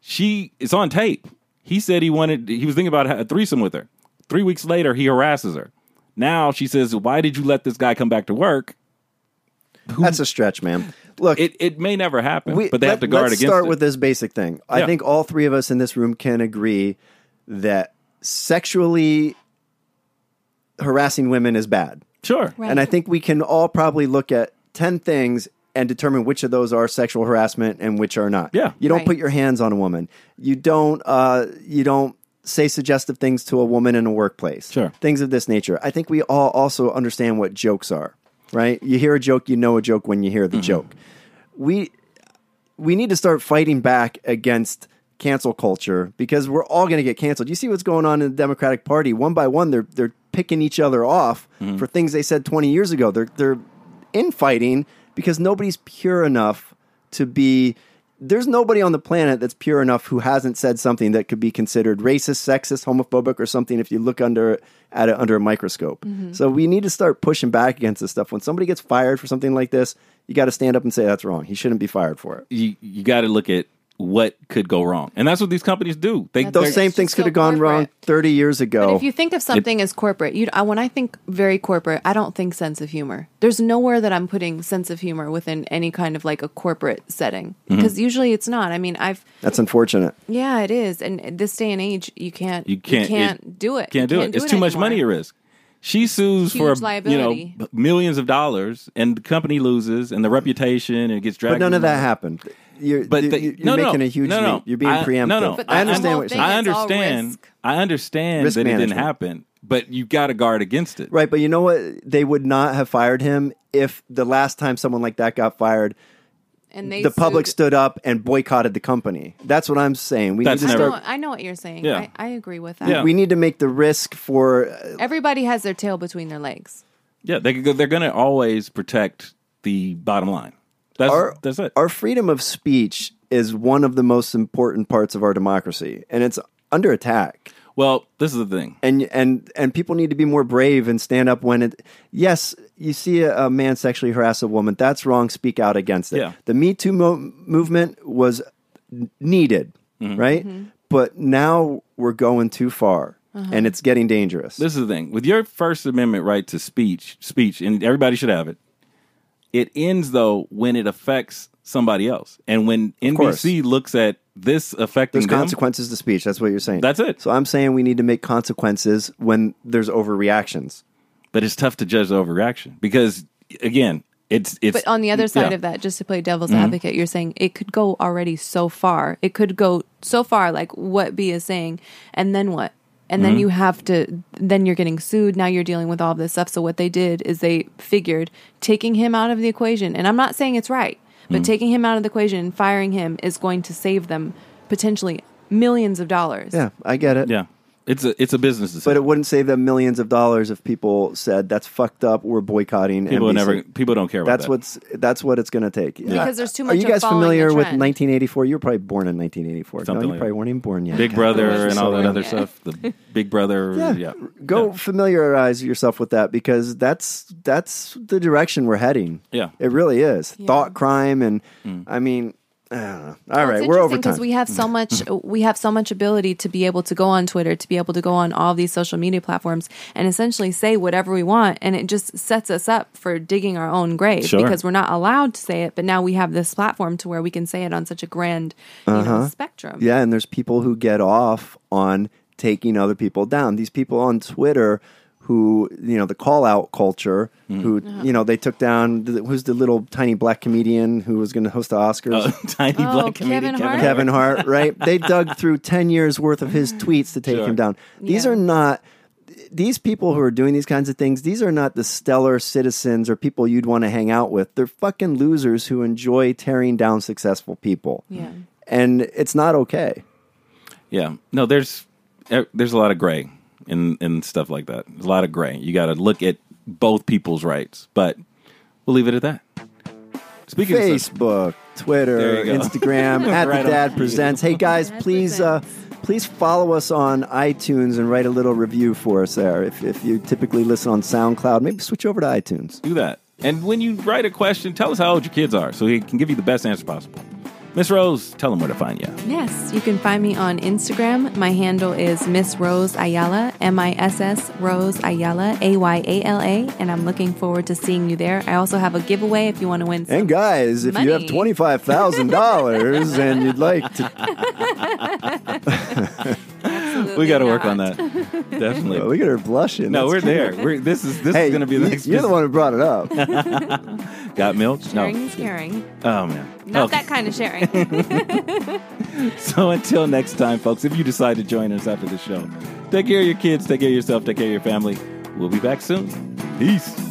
Speaker 1: she it's on tape. He said he wanted he was thinking about a threesome with her. Three weeks later, he harasses her. Now she says, "Why did you let this guy come back to work?"
Speaker 4: That's a stretch, man. Look,
Speaker 1: It it may never happen, but they
Speaker 4: let-
Speaker 1: have to guard
Speaker 4: let's
Speaker 1: against
Speaker 4: start
Speaker 1: it.
Speaker 4: with this basic thing.
Speaker 1: Yeah.
Speaker 4: I think all three of us in this room can agree that sexually harassing women is bad.
Speaker 1: sure,
Speaker 3: Right.
Speaker 4: And I think we can all probably look at 10 things and determine which of those are sexual harassment and which are not.
Speaker 1: Yeah.
Speaker 4: You don't
Speaker 3: Right.
Speaker 4: put your hands on a woman. You don't uh you don't say suggestive things to a woman in a workplace.
Speaker 1: Sure.
Speaker 4: Things of this nature. I think we all also understand what jokes are, right? You hear a joke, you know a joke when you hear
Speaker 1: Mm-hmm.
Speaker 4: the joke. We we need to start fighting back against cancel culture because we're all going to get canceled. You see what's going on in the Democratic Party. One by one, they're they're picking each other off for things they said 20 years ago. They're they're infighting because nobody's pure enough to be. There's nobody on the planet that's pure enough who hasn't said something that could be considered racist, sexist, homophobic, or something if you look under at it under a microscope. So we need to start pushing back against this stuff. When somebody gets fired for something like this, you got to stand up and say that's wrong. He shouldn't be fired for it.
Speaker 1: you you got to look at what could go wrong, and that's what these companies do. They
Speaker 3: That's
Speaker 1: they're-
Speaker 4: those same
Speaker 3: just
Speaker 4: things
Speaker 3: so
Speaker 4: could have gone wrong
Speaker 3: corporate.
Speaker 4: 30 years ago.
Speaker 3: But if you think of something as corporate, you I, when I think very corporate, I don't think sense of humor. There's nowhere that I'm putting sense of humor within any kind of like a corporate setting
Speaker 1: Mm-hmm.
Speaker 3: because usually it's not. I mean, I've
Speaker 4: That's unfortunate.
Speaker 3: yeah, it is, and at this day and age, you can't
Speaker 1: you can't
Speaker 3: do it.
Speaker 1: Can't
Speaker 3: You
Speaker 1: do it. It's too much
Speaker 3: anymore.
Speaker 1: money at risk. She sues
Speaker 3: Huge
Speaker 1: for
Speaker 3: liability.
Speaker 1: you know millions of dollars, and the company loses, and the reputation, and it gets dragged.
Speaker 4: But none of
Speaker 1: into-
Speaker 4: that happened. You're,
Speaker 1: but
Speaker 4: you-
Speaker 1: the-
Speaker 4: you're
Speaker 1: no, no,
Speaker 4: making a huge
Speaker 1: no, no.
Speaker 4: leap. You're being
Speaker 1: I-
Speaker 4: preemptive.
Speaker 1: No, no,
Speaker 3: But
Speaker 4: I
Speaker 3: the
Speaker 4: understand
Speaker 3: whole
Speaker 4: what you're
Speaker 3: thing
Speaker 4: saying.
Speaker 1: I
Speaker 3: is all
Speaker 1: understand.
Speaker 3: risk.
Speaker 1: I understand
Speaker 4: Risk
Speaker 1: that it didn't
Speaker 4: management.
Speaker 1: happen, but you got to guard against it.
Speaker 4: Right, but you know what? They would not have fired him if the last time someone like that got fired,
Speaker 3: And they
Speaker 4: the public
Speaker 3: sued-
Speaker 4: stood up and boycotted the company. That's what I'm saying. We
Speaker 1: That's
Speaker 4: need to
Speaker 3: I
Speaker 1: never-
Speaker 4: start.
Speaker 3: know, I know what you're saying.
Speaker 1: Yeah.
Speaker 3: I, I agree with that.
Speaker 1: Yeah.
Speaker 4: We need to make the risk for uh,
Speaker 3: Everybody has their tail between their legs.
Speaker 1: Yeah, they could go, they're going to always protect the bottom line. That's
Speaker 4: our
Speaker 1: that's it.
Speaker 4: Our freedom of speech is one of the most important parts of our democracy, and it's under attack.
Speaker 1: well, this is the thing.
Speaker 4: and and and people need to be more brave and stand up when it yes you see a, a man sexually harass a woman that's wrong speak out against it
Speaker 1: Yeah.
Speaker 4: the me too mo- movement was needed
Speaker 1: Mm-hmm.
Speaker 4: right but now we're going too far and it's getting dangerous
Speaker 1: This is the thing with your First Amendment right to speech, speech, and everybody should have it. It ends though when it affects somebody else, and when
Speaker 4: course.
Speaker 1: NBC looks at this affecting
Speaker 4: there's
Speaker 1: them,
Speaker 4: consequences to speech that's what you're saying
Speaker 1: That's it.
Speaker 4: so i'm saying we need to make consequences when there's overreactions
Speaker 1: but it's tough to judge the overreaction because again, it's it's.
Speaker 3: But on the other side
Speaker 1: Mm, yeah.
Speaker 3: of that, just to play devil's advocate, you're saying it could go already so far. It could go so far, like what B is saying, and then what? And then you have to, then you're getting sued. Now you're dealing with all this stuff. So what they did is they figured taking him out of the equation, and I'm not saying it's right, but taking him out of the equation and firing him is going to save them potentially millions of dollars.
Speaker 4: yeah i get it
Speaker 1: yeah, it's a it's a business decision.
Speaker 4: but it wouldn't save them millions of dollars if people said that's fucked up we're boycotting
Speaker 1: people
Speaker 4: NBC."
Speaker 1: never people don't care about
Speaker 4: That's
Speaker 1: that.
Speaker 4: what's that's what it's going to take.
Speaker 3: Because there's too
Speaker 4: Are
Speaker 3: much
Speaker 4: you
Speaker 3: of
Speaker 4: guys
Speaker 3: following the
Speaker 4: familiar with
Speaker 3: trend.
Speaker 4: 1984? You were probably born in 1984. no,
Speaker 1: Something
Speaker 4: you
Speaker 1: like
Speaker 4: probably
Speaker 1: that.
Speaker 4: weren't even born yet.
Speaker 1: Big
Speaker 4: God,
Speaker 1: Brother
Speaker 4: I was
Speaker 1: and
Speaker 4: so
Speaker 1: all that
Speaker 4: young.
Speaker 1: other stuff. The Big
Speaker 4: *laughs*
Speaker 1: Brother, yeah.
Speaker 4: Go
Speaker 1: Yeah.
Speaker 4: familiarize yourself with that because that's that's the direction we're heading.
Speaker 1: Yeah. Mm.
Speaker 4: It really is. Thought crime and I mean All right, we're over time. Mm-hmm.
Speaker 3: because we have so much we have so much ability to be able to go on Twitter, to be able to go on all these social media platforms and essentially say whatever we want and it just sets us up for digging our own grave
Speaker 1: Sure.
Speaker 3: because we're not allowed to say it, but now we have this platform to where we can say it on such a grand you know, spectrum.
Speaker 4: Uh-huh. Yeah, and there's people who get off on taking other people down. These people on Twitter who, you know, the call out culture, who, you know, they took down, who's the little tiny black comedian who was going to host the Oscars?
Speaker 1: *laughs* Uh, tiny black
Speaker 3: Oh, Kevin
Speaker 1: comedian Kevin
Speaker 3: Hart?
Speaker 1: Hart.
Speaker 4: Kevin Hart, right? They dug through 10 years worth of his tweets to take
Speaker 1: Sure.
Speaker 4: him down. These
Speaker 3: Yeah.
Speaker 4: are not these people who are doing these kinds of things, these are not the stellar citizens or people you'd want to hang out with. They're fucking losers who enjoy tearing down successful people.
Speaker 3: Yeah.
Speaker 4: And it's not okay.
Speaker 1: Yeah. No, there's er, there's a lot of gray in in stuff like that. There's a lot of gray. You got to look at both people's rights, but we'll leave it at that. Speaking of such,
Speaker 4: Facebook, Twitter,
Speaker 1: There you go. *laughs*
Speaker 4: Instagram, at
Speaker 1: Right
Speaker 4: the
Speaker 1: on
Speaker 4: Dad Presents. Hey guys,
Speaker 3: Dad
Speaker 4: please uh, please follow us on iTunes and write a little review for us there. If, if you typically listen on SoundCloud, maybe switch over to iTunes.
Speaker 1: do that. And when you write a question, tell us how old your kids are so he can give you the best answer possible. Miss Rose, tell them where to find you.
Speaker 3: Yes, you can find me on Instagram. My handle is Miss Rose Ayala, M I S S Rose Ayala, A Y A L A, and I'm looking forward to seeing you there. I also have a giveaway if you want to win. some-
Speaker 4: And guys, if you have
Speaker 3: Money.
Speaker 4: $25,000 and you'd like
Speaker 3: *laughs*
Speaker 4: to,
Speaker 1: We got to
Speaker 3: Absolutely
Speaker 1: work
Speaker 3: not.
Speaker 1: on
Speaker 3: *laughs*
Speaker 1: that. Definitely.
Speaker 4: look at her blushing.
Speaker 1: no,
Speaker 4: That's
Speaker 1: we're
Speaker 4: cute.
Speaker 1: there. We're, this is this
Speaker 4: Hey,
Speaker 1: is going to be the next.
Speaker 4: you, are the one who brought it up.
Speaker 1: Got milk? No.
Speaker 3: Sharing is caring.
Speaker 1: Oh man.
Speaker 3: Not
Speaker 1: Okay.
Speaker 3: that kind of sharing.
Speaker 1: So until next time, folks, if you decide to join us after the show, take care of your kids, take care of yourself, take care of your family. We'll be back soon. Peace.